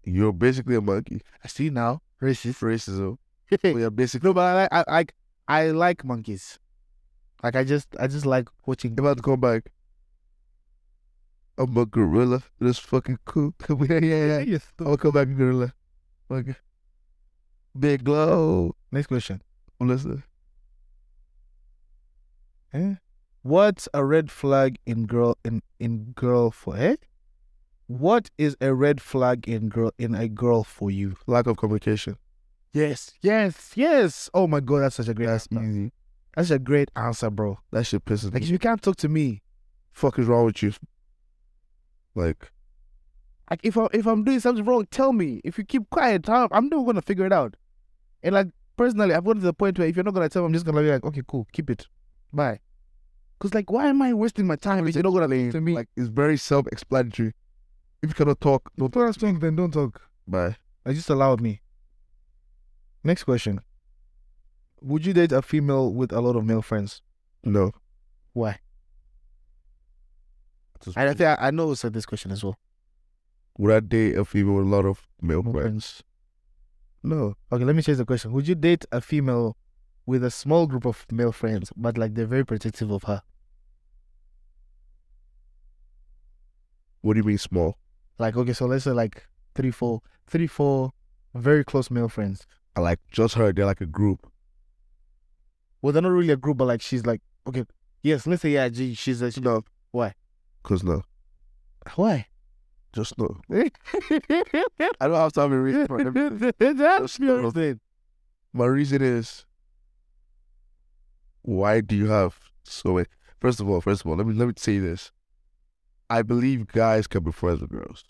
S2: You're basically a monkey.
S1: I see now. Racist.
S2: Racism.
S1: no,
S2: We are basically
S1: but I like I like I like monkeys. Like I just I just like watching
S2: about to come back. I'm a gorilla. This fucking cool. yeah, yeah, yeah. I'm gonna come back gorilla. Like big glow.
S1: Next question.
S2: Listen.
S1: Eh? What's a red flag in girl in in girl for eh? What is a red flag in girl in a girl for you?
S2: Lack of communication.
S1: Yes, yes, yes. Oh my god, that's such a great
S2: That's
S1: answer.
S2: easy.
S1: That's a great answer, bro.
S2: That shit pisses
S1: Like
S2: me.
S1: if you can't talk to me,
S2: fuck is wrong with you? Like
S1: like if I if I'm doing something wrong, tell me. If you keep quiet, I'm, I'm never gonna figure it out. And like personally, I've gotten to the point where if you're not gonna tell me, I'm just gonna be like, okay, cool, keep it, bye. Cause like, why am I wasting my time? if You're not gonna listen to me.
S2: like it's very self-explanatory. If you cannot talk, don't
S1: Don't tell us things, then don't talk.
S2: bye.
S1: I just allowed me. Next question. Would you date a female with a lot of male friends?
S2: No.
S1: Why?
S2: Just-
S1: I think I, I know it's this question as well.
S2: Would I date a female with a lot of male
S1: Male
S2: friends?
S1: friends.
S2: No.
S1: Okay, let me change the question. Would you date a female with a small group of male friends, but like they're very protective of her?
S2: What do you mean small?
S1: Like, okay, so let's say like three, four, three, four very close male friends.
S2: I like just her. They're like a group.
S1: Well, they're not really a group, but like she's like, okay, yes, let's say yeah, she, she's a, she,
S2: No.
S1: Why?
S2: Cause no.
S1: why?
S2: Just no.
S1: That's
S2: I don't have time to read.
S1: your thing.
S2: My reason is why do you have so many? First of all, first of all, let me let me say this. I believe guys can be friends with girls.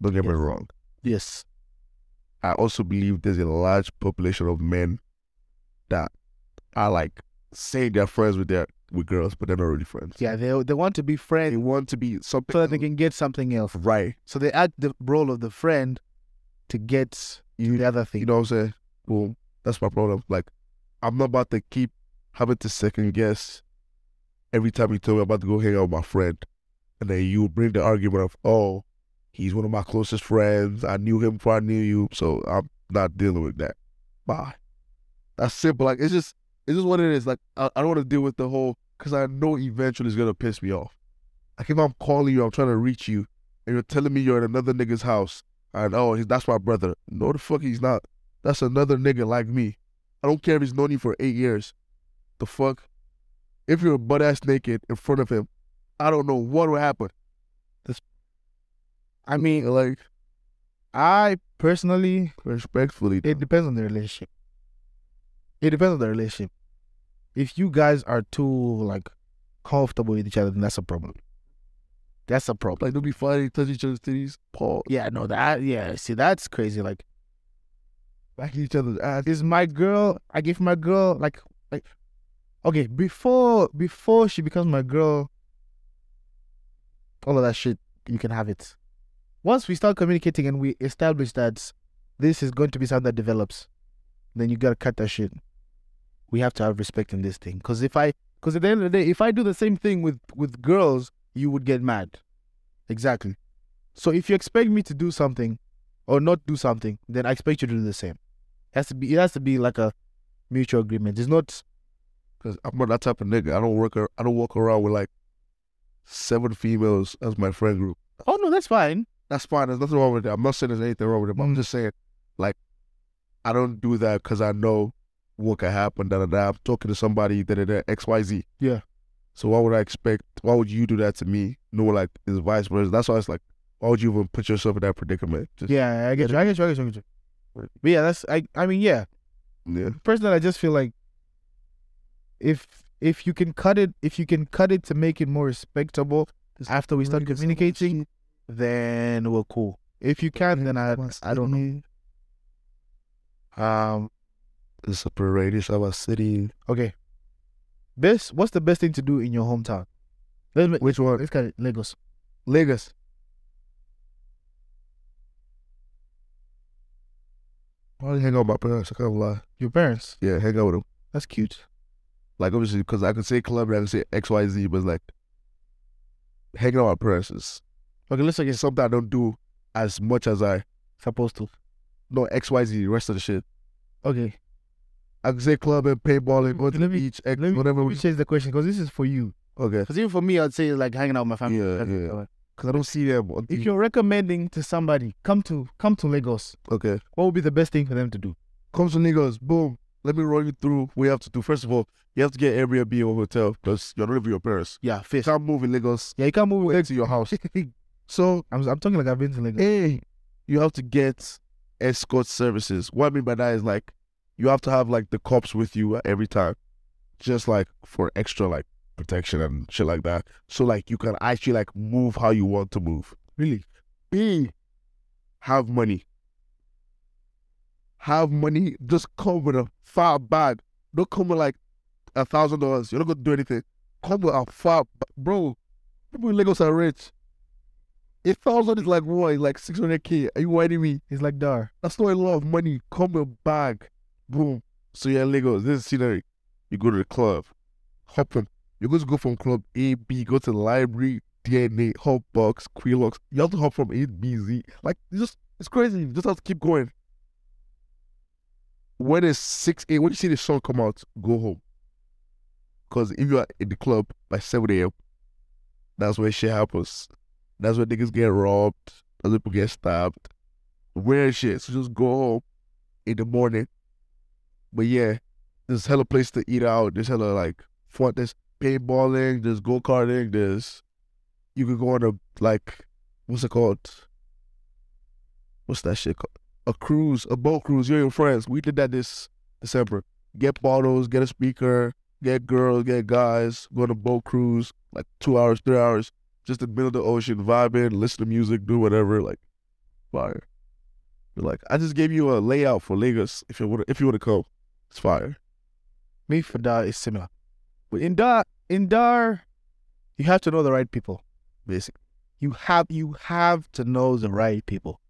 S2: Don't get me
S1: Yes.
S2: wrong.
S1: Yes.
S2: I also believe there's a large population of men that are like saying they're friends with their with girls, but they're not really friends.
S1: Yeah, they they want to be friends
S2: They want to be something
S1: so that they can get something else.
S2: right.
S1: So they act the role of the friend to get
S2: You
S1: the other
S2: You
S1: thing.
S2: know what I'm saying? Well, that's my problem. Like, I'm not about to keep having to second guess every time you tell me I'm about to go hang out with my friend. And then you bring the argument of, oh, he's one of my closest friends. I knew him before I knew you. So I'm not dealing with that. Bye. That's simple. Like, it's just, it's just what it is. Like, I, I don't want to deal with the whole, because I know eventually it's going to piss me off. Like, if I'm calling you, I'm trying to reach you, and you're telling me you're at another nigga's house, and oh, he's, that's my brother. No, the fuck he's not. That's another nigga like me. I don't care if he's known you for eight years. The fuck? If you're butt ass naked in front of him, I don't know what will happen.
S1: I mean,
S2: Like,
S1: I personally,
S2: respectfully,
S1: it depends on the relationship. It depends on the relationship. If you guys are too like comfortable with each other, then that's a problem. That's a problem.
S2: like, don't be fighting, touch each other's titties, paw,
S1: Yeah, no, that yeah. See, that's crazy. Like,
S2: back each other's ass.
S1: Uh, is my girl like if my girl like like okay before before she becomes my girl all of that shit you can have it once we start communicating and we establish that this is going to be something that develops then you gotta cut that shit we have to have respect in this thing because if i because at the end of the day if i do the same thing with with girls you would get mad exactly so if you expect me to do something or not do something then i expect you to do the same it has to be it has to be like a mutual agreement. It's not
S2: Cause I'm not that type of nigga. I don't work. ar- I don't walk around with like seven females as my friend group.
S1: oh no, that's fine.
S2: That's fine. There's nothing wrong with that. I'm not saying there's anything wrong with it. But
S1: Mm.
S2: I'm just saying, like, I don't do that because I know what can happen. Da da da. I'm talking to somebody. Da da da. X Y Z.
S1: Yeah.
S2: So why would I expect? Why would you do that to me? No, like it's vice versa. That's why it's like, why would you even put yourself in that predicament? Just,
S1: Yeah, I get you. I get you. I get you. I get you. But yeah, that's I I mean, yeah.
S2: yeah.
S1: Personally I just feel like if if you can cut it if you can cut it to make it more respectable after we start communicating, then we're cool. If you can't then I I don't know. Um
S2: It's a parade. It's our city.
S1: okay. Best what's the best thing to do in your hometown? Let's make,
S2: Which one?
S1: let's cut it Lagos.
S2: Lagos. Probably hang out with my parents. I can't lie.
S1: Your parents.
S2: Yeah, hang out with them.
S1: That's cute.
S2: Like obviously, because I can say club and I can say X Y Z, but like hanging out with my parents is Okay, let's say it's something I don't do as much as I supposed to. No XYZ, rest of the shit.
S1: Okay,
S2: I could say club and paintballing, go to the
S1: Mm, Let me-
S2: beach, X,
S1: let me-
S2: whatever.
S1: let me
S2: We,
S1: change the question because this is for you.
S2: okay.
S1: Because Oh, even for me, I'd say it's like hanging out with my family.
S2: Yeah,
S1: That's-
S2: yeah. Because I don't see them. on
S1: If
S2: TV.
S1: you're recommending to somebody, come to come to Lagos.
S2: okay.
S1: What would be the best thing for them to do?
S2: Comes to niggas, boom. Let me run you through what you have to do. First of all, you have to get Airbnb or hotel because you're not living with your parents.
S1: Yeah,
S2: You
S1: fish.
S2: can't move in Lagos
S1: Yeah, you can't move.
S2: back to your house. So,
S1: I'm, I'm talking like I've been to Lagos.
S2: hey, you have to get escort services. What I mean by that is like, you have to have like the cops with you every time, just like for extra like protection and shit like that. So like you can actually like move how you want to move. Really? B, have money. Have money. Just come with a fat bag. Don't come with like a thousand dollars. You're not gonna do anything. Come with a fat, ba- bro. People in Lagos are rich. A thousand is like what? It's Like six hundred k? Are you whining me?
S1: It's like Dar.
S2: That's not a lot of money. Come a bag, boom. So yeah, Lagos. This is scenery. You go to the club, hopping. You're going to go from club A, B, go to the library, DNA, hop box, Quillox. You have to hop from A, B, Z. Like it's just it's crazy. You just have to keep going. When it's six A, when you see the sun come out, go home. Cause if you are in the club by seven a.m., that's where shit happens. That's where niggas get robbed. That's where people get stabbed weird shit. So just go home in the morning. But yeah, there's hella place to eat out. There's hella like fun. There's paintballing. There's go karting. There's you could go on a like what's it called? What's that shit called? A cruise, a boat cruise. You and your friends. We did that this December. Get bottles. Get a speaker. Get girls. Get guys. Go on a boat cruise. Like two hours, three hours. Just in the middle of the ocean, vibing, listen to music, do whatever. Like fire. But, like, I just gave you a layout for Lagos. If you would, if you would have come, it's fire.
S1: Me for Dar is similar. But in Dar, in Dar, you have to know the right people. Basically, you have you have to know the right people,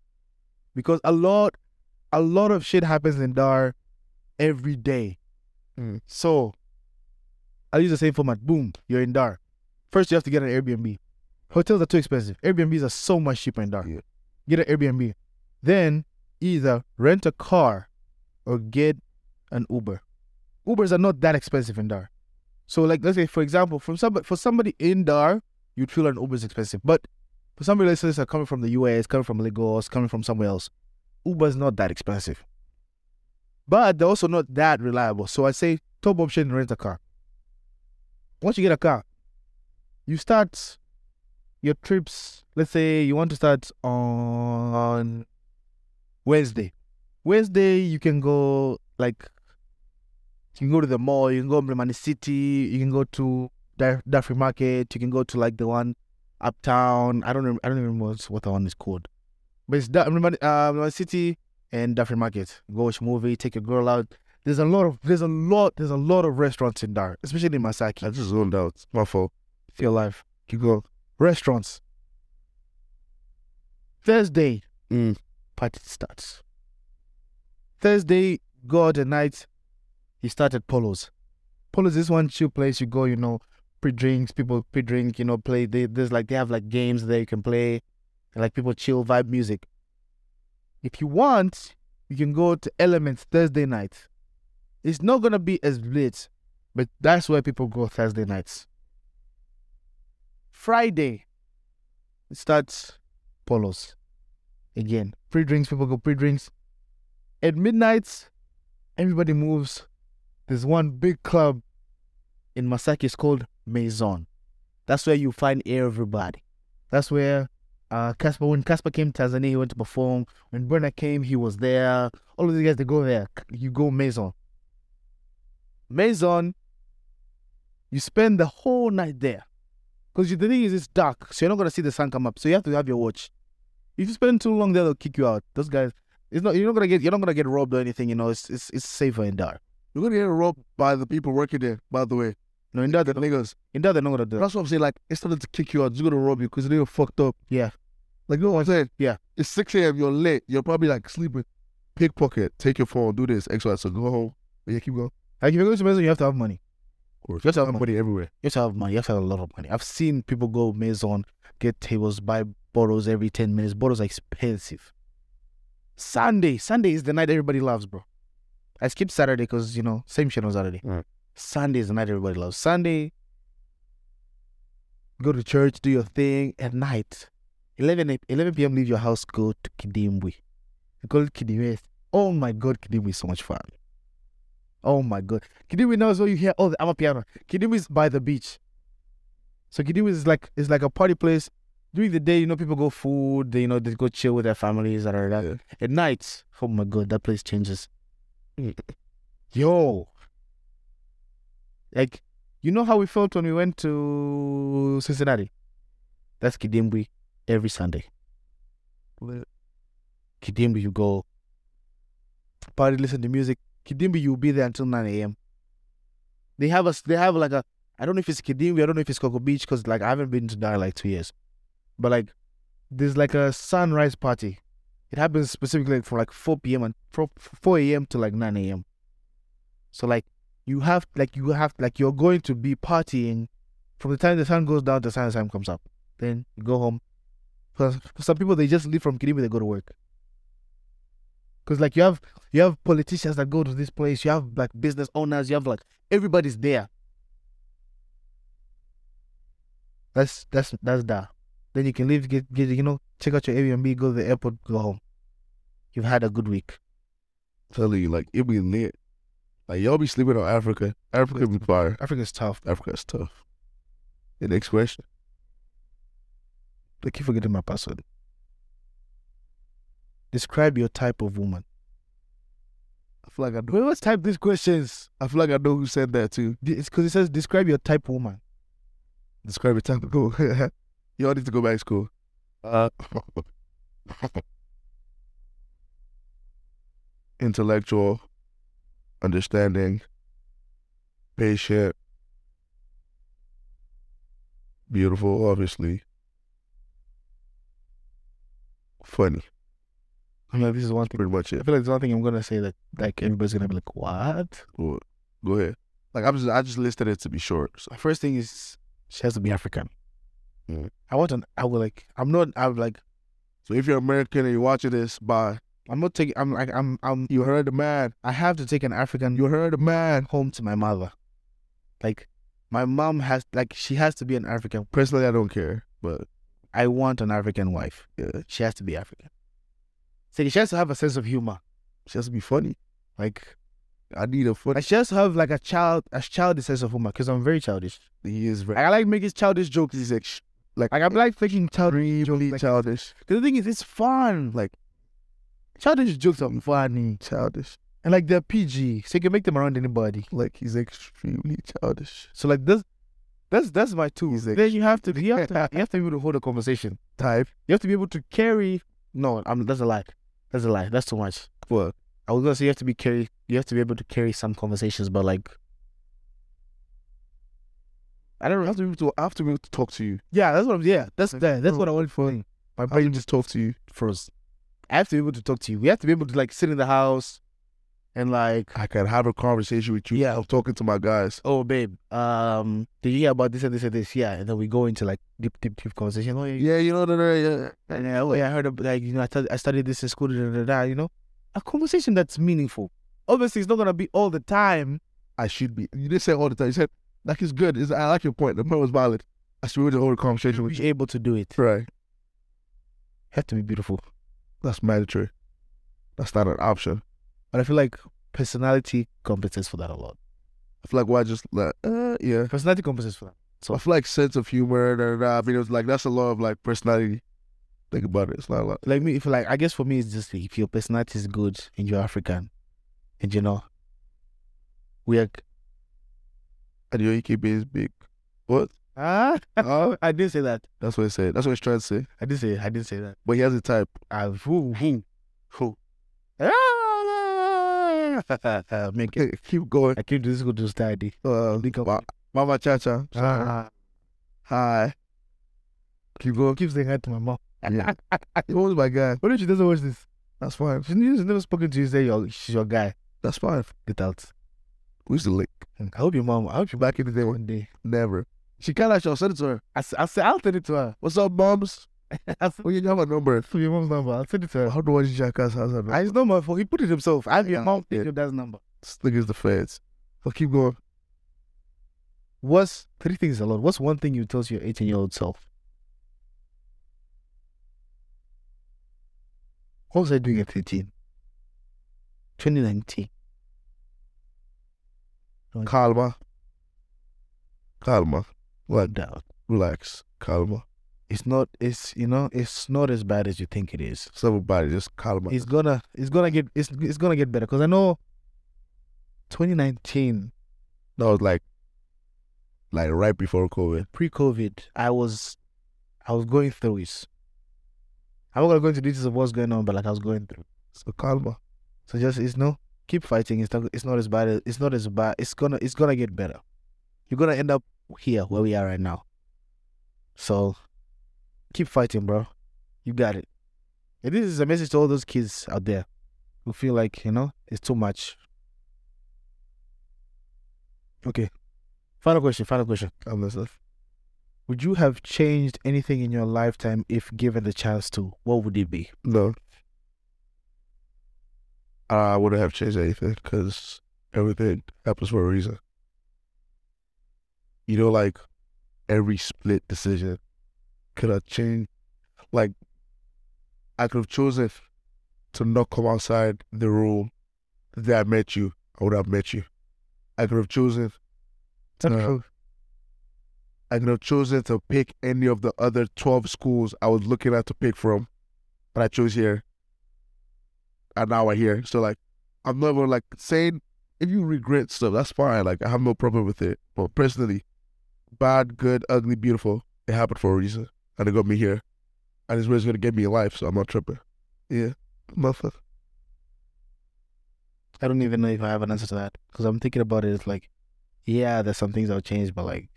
S1: because a lot, a lot of shit happens in Dar every day.
S2: Mm.
S1: So I use the same format. Boom, you're in Dar. First, you have to get an Airbnb. Hotels are too expensive. Airbnbs are so much cheaper in Dar.
S2: Yeah.
S1: Get an Airbnb, then either rent a car or get an Uber. Ubers are not that expensive in Dar. So like let's say for example, from somebody for somebody in Dar, you'd feel an Uber is expensive. But for somebody let's say that's coming from the US, coming from Lagos, coming from somewhere else, Uber's not that expensive. But they're also not that reliable. So I say top option rent a car. Once you get a car, you start your trips. Let's say you want to start on Wednesday. Wednesday you can go like you can go to the mall, you can go to Mlimani City, you can go to Dar- Darfree Market, you can go to like the one uptown. I don't rem- I don't even remember what's- what the one is called. But it's Dar- Mlimani, uh, Mlimani City and Darfree Market. Go watch a movie, take your girl out. There's a lot of there's a lot there's a lot of restaurants in Dar, especially in Masaki.
S2: I just zoned out. It's My fault.
S1: Feel life.
S2: Keep going.
S1: Restaurants. Thursday,
S2: Mm.
S1: party starts. Thursday, go out at night. He started Polos. Polos is one chill place you go, you know, pre drinks, people pre drink, you know, play. They, there's like, they have like games there you can play, and like people chill vibe music. If you want, you can go to Elements Thursday night. It's not going to be as lit, but that's where people go Thursday nights. Friday, it starts Polos again. Pre drinks, people go pre drinks. At midnight, everybody moves. There's one big club in Masaki. It's called Maison. That's where you find everybody. That's where uh, Casper, when Casper came to Tanzania, he went to perform. When Brenner came, he was there. All of these guys, they go there. You go Maison. Maison, you spend the whole night there. Because the thing is, it's dark, so you're not going to see the sun come up. So you have to have your watch if you spend too long there, they'll kick you out. Those guys, it's not you're not gonna get you're not gonna get robbed or anything. You know, it's it's, it's safer in Dar.
S2: You're gonna get robbed by the people working there. By the way,
S1: No, in Dar,
S2: the
S1: they-
S2: niggas.
S1: in Dar they're not gonna do that.
S2: That's what I'm saying. Like instead of to kick you out, just gonna rob you because they're fucked up.
S1: Yeah.
S2: Like you know what I'm saying?
S1: Yeah.
S2: It's six a.m. You're late. You're probably like sleeping. Pickpocket. Take your phone. Do this. X Y. So go home. But yeah, keep going.
S1: Like if you're going to Maison, you have to have money.
S2: Of
S1: Just have
S2: Somebody everywhere.
S1: You have to have money. You have to have a lot of money. I've seen people go Maison, get tables, buy bottles every 10 minutes. Bottles are expensive. Sunday. Sunday is the night everybody loves, bro. I skipped Saturday because, you know, same shit on Saturday.
S2: Mm.
S1: Sunday is the night everybody loves. Sunday, go to church, do your thing at night. 11, a- 11 p.m., leave your house, go to Kidimbwe. We call it Kidimbwe. Oh my God, Kidimbwe is so much fun. Oh my God. Kidimbwe now is where you hear all the Amapiano. Kidimbwe is by the beach. So Kidimbwe is like, is like a party place during the day, you know, people go food, they, you know, they go chill with their families, da, da, da.
S2: Yeah.
S1: At night, oh my god, that place changes. Yo. Like, you know how we felt when we went to Cincinnati? That's Kidimbwe every Sunday. Kidimbwe, you go party, listen to music. Kidimbwe, you'll be there until 9 a.m. They have us, they have like a, I don't know if it's Kidimbwe, I don't know if it's Cocoa Beach, because like I haven't been to that in like two years but like there's like a sunrise party. It happens specifically from like 4 p.m. and from 4 a.m. to like 9 a.m. So like you have like you have like you're going to be partying from the time the sun goes down to the sun the sun comes up. Then you go home. For, for some people, they just leave from Kiribu, they go to work. Cause like you have you have politicians that go to this place. You have like business owners. You have like everybody's there. That's that's that's that. Then you can leave, get, get you know, check out your Airbnb, go to the airport, go home. You've had a good week.
S2: Tell you, like it be lit. Like y'all be sleeping on Africa. Africa be fire.
S1: Africa's tough.
S2: Africa's tough. The next question.
S1: I keep forgetting my password. Describe your type of woman.
S2: I feel like I know.
S1: We always type these questions.
S2: I feel like I know who said that too.
S1: D- It's because it says describe your type woman.
S2: Describe your time ago. y'all need to go back to school. Uh, intellectual, understanding, patient, beautiful, obviously, funny.
S1: I mean, this is one thing.
S2: Pretty much
S1: I
S2: it.
S1: feel like there's one thing I'm gonna say that like everybody's gonna be like, what?
S2: Go go ahead. Like I'm just, I just listed it to be short. So
S1: The first thing is she has to be African.
S2: Mm.
S1: I want an. I would like. I'm not. I'm like.
S2: So if you're American and you're watching this, bye.
S1: I'm not taking. I'm like. I'm. I'm.
S2: You heard the man.
S1: I have to take an African.
S2: You heard the man. Oh,
S1: home to my mother. Like, my mom has like she has to be an African.
S2: Personally, I don't care, but
S1: I want an African wife. Uh,
S2: yeah,
S1: She has to be African. So she has to have a sense of humor.
S2: she has to be funny.
S1: Like,
S2: I need a funny.
S1: like she has to have like a child, a childish sense of humor. Because I'm very childish.
S2: He is very
S1: Like, I like making childish jokes.
S2: he's ex- like
S1: Like I'm like making childish.
S2: extremely
S1: like-
S2: childish,
S1: Because the thing is, it's fun. Like, childish jokes are funny
S2: childish.
S1: and like they're PG, so you can make them around anybody.
S2: Like he's extremely childish.
S1: So like this, that's that's my two.
S2: He's like-
S1: Then you have to you have to, you have to be able to hold a conversation.
S2: Type
S1: You have to be able to carry. No, I'm, that's a lie. That's a lie. That's too much.
S2: what?
S1: I was gonna say you have to be carry. You have to be able to carry some conversations, but like,
S2: I don't have to be able to. I have to be able to talk to you.
S1: yeah, that's what I'm. Yeah, that's that, that's what I want for him. My
S2: I can
S1: brain
S2: just talk to you.
S1: froze. I have to be able to talk to you. We have to be able to like sit in the house, and like,
S2: I can have a conversation with you.
S1: Yeah.
S2: I'm talking to my guys.
S1: oh babe, um, did you hear about this and this and this? Yeah, and then we go into like deep, deep, deep conversation. Oh yeah,
S2: Yeah, you know that. Yeah,
S1: And then, oh, yeah, I heard of, like you know I, tud- I studied this in school, da, da, da, da, you know, a conversation that's meaningful. Obviously, it's not gonna be all the time.
S2: I should be. You didn't say all the time. You said like it's good. It's, I like your point. The point was valid. I should be able to hold a conversation with
S1: Be
S2: you.
S1: able to do it.
S2: Right.
S1: have to be beautiful.
S2: That's mandatory. That's not an option.
S1: But I feel like personality compensates for that a lot.
S2: I feel like why just like uh yeah.
S1: Personality compensates for that.
S2: I feel like sense of humor. Da, da, da. I mean, it was like that's a lot of like personality. Think about it. It's not a lot.
S1: Like me, if like I guess for me, it's just if your personality is good and you're African, and you know, we are.
S2: And your EKB is big. What?
S1: Ah,
S2: Huh?
S1: I didn't say that.
S2: that's what he said. That's what he's trying to say.
S1: I didn't say. I didn't say that.
S2: But he has a type.
S1: I who who who. Ah, Make it.
S2: Okay, keep going.
S1: I keep doing this good to study.
S2: Uh,
S1: Link up.
S2: Ma- Mama Cha Cha.
S1: Ah,
S2: Hi. Keep going.
S1: keep saying hi to my mom.
S2: Yeah. It was my guy.
S1: What if she doesn't watch this?
S2: That's fine.
S1: She she's never spoken to you. Say your she's your guy.
S2: That's fine.
S1: Get out.
S2: Who's the link?
S1: I hope your mom. I hope you back in the day one day.
S2: Never. She can't actually send it to her.
S1: I, s- I said, I'll send it to her.
S2: What's up, moms?
S1: That's
S2: Oh, yeah, you have a number.
S1: your mom's number. I'll send it to her.
S2: How do I jackass has a number?
S1: I, it's not my fault. He put it himself. I have your
S2: Yeah,
S1: mom
S2: yeah.
S1: picked up that number.
S2: This nigga's the feds. So keep going.
S1: What's three things a lot? What's one thing you tell your 18 year old self? What was I doing at 18? 2019.
S2: Calma. Calma. Like,
S1: doubt.
S2: relax. Calma.
S1: It's not, it's, you know, it's not as bad as you think it is.
S2: It's everybody. Just calma.
S1: It's gonna, it's gonna get, it's, it's gonna get better. Cause I know 2019,
S2: That was like, like right before COVID.
S1: pre-COVID, I was, I was going through it. I'm not gonna go into details of what's going on, but like I was going through.
S2: So calma.
S1: So just it's no keep fighting. It's not it's not as bad. as- It's not as bad. It's gonna it's gonna get better. You're gonna end up here where we are right now. So keep fighting, bro. You got it. And this is a message to all those kids out there who feel like you know it's too much. Okay. Final question. Final question.
S2: Calm yourself.
S1: Would you have changed anything in your lifetime if given the chance to? What would it be?
S2: No. I wouldn't have changed anything because everything happens for a reason. You know, like every split decision could have changed. Like, I could have chosen to not come outside the room that I met you. I would have met you. I could have chosen
S1: That's
S2: Uh,
S1: true.
S2: I could have chosen to pick any of the other 12 schools I was looking at to pick from, but I chose here. And now we're here. So, like, I'm not even like saying if you regret stuff, that's fine. Like, I have no problem with it. But personally, bad, good, ugly, beautiful, it happened for a reason. And it got me here. And it's where it's going to get me in life. So, I'm not tripping. Yeah. Nothing.
S1: I don't even know if I have an answer to that because I'm thinking about it. It's like, yeah, there's some things I'll change, but like,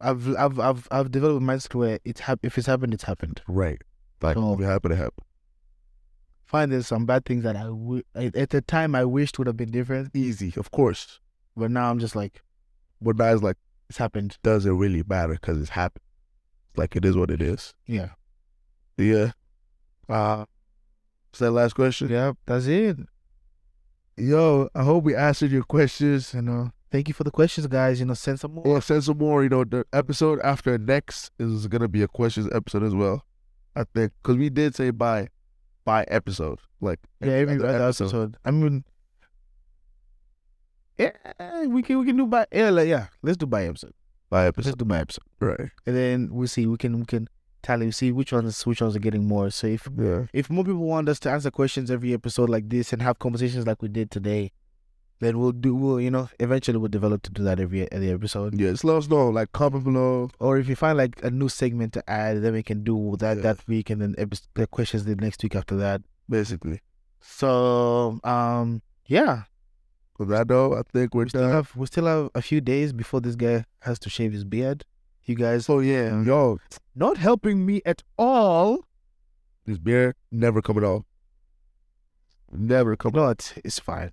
S1: I've I've I've I've developed a mindset where it hap- if it's happened, it's happened.
S2: Right. Like,
S1: Oh.
S2: if it happened, it happened.
S1: Fine, there's some bad things that I w- at at the time I wished would have been different,
S2: Easy, of course.
S1: but now I'm just like,
S2: But now it's like,
S1: it's happened.
S2: doesn't really matter because it's happened. It's like, it is what it is.
S1: Yeah,
S2: Yeah. Uh is that last question?
S1: yeah, that's it.
S2: Yo, I hope we answered your questions.
S1: You know, thank you for the questions, guys. You know, send some more.
S2: Or send some more. You know, the episode after next is gonna be a questions episode as well. I think because we did say by by episode, like
S1: Yeah, every
S2: other
S1: other episode. I mean, yeah, we can we can do by yeah, like, yeah. Let's do by episode.
S2: by episode,
S1: Let's do by episode.
S2: right?
S1: and then we'll see. We can we can tally, see which ones which ones are getting more. So if
S2: Yeah,
S1: if more people want us to answer questions every episode like this and have conversations like we did today, then we'll do. We'll you know eventually we'll develop to do that every every episode.
S2: yeah. Just let us know. Like comment below.
S1: Or if you find like a new segment to add, then we can do that
S2: Yeah.
S1: that week, and then epi- the questions the next week after that.
S2: Basically,
S1: So um yeah,
S2: on that note, I think we're
S1: we still
S2: done.
S1: have we still have a few days before this guy has to shave his beard. You guys
S2: So yeah, yo,
S1: not helping me at all.
S2: this beer never coming off. Never coming.
S1: No, it's it's fine.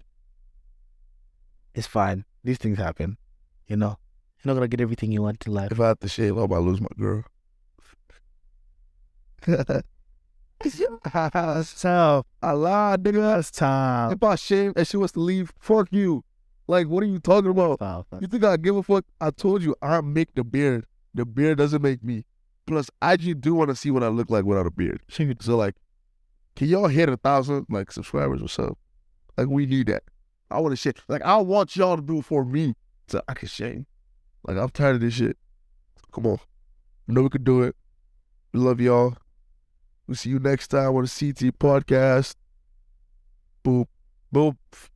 S1: It's fine. These things happen. You know, you're not gonna get everything you want in life.
S2: If I have to shave, I might lose my girl.
S1: So
S2: Allah, nigga.
S1: that's time.
S2: If I shave and she wants to leave, fuck you. Like, what are you talking about?
S1: Wow, that's-
S2: You think I give a fuck? I told you I make the beard. The beard doesn't make me. Plus, I just do want to see what I look like without a beard. So, like, can y'all hit a thousand like subscribers or something? Like, we need that. I want to shave. Like, I want y'all to do it for me so I can shave. Like, I'm tired of this shit. Come on. I know we can do it. We love y'all. We'll see you next time on the CT podcast. Boop. Boop.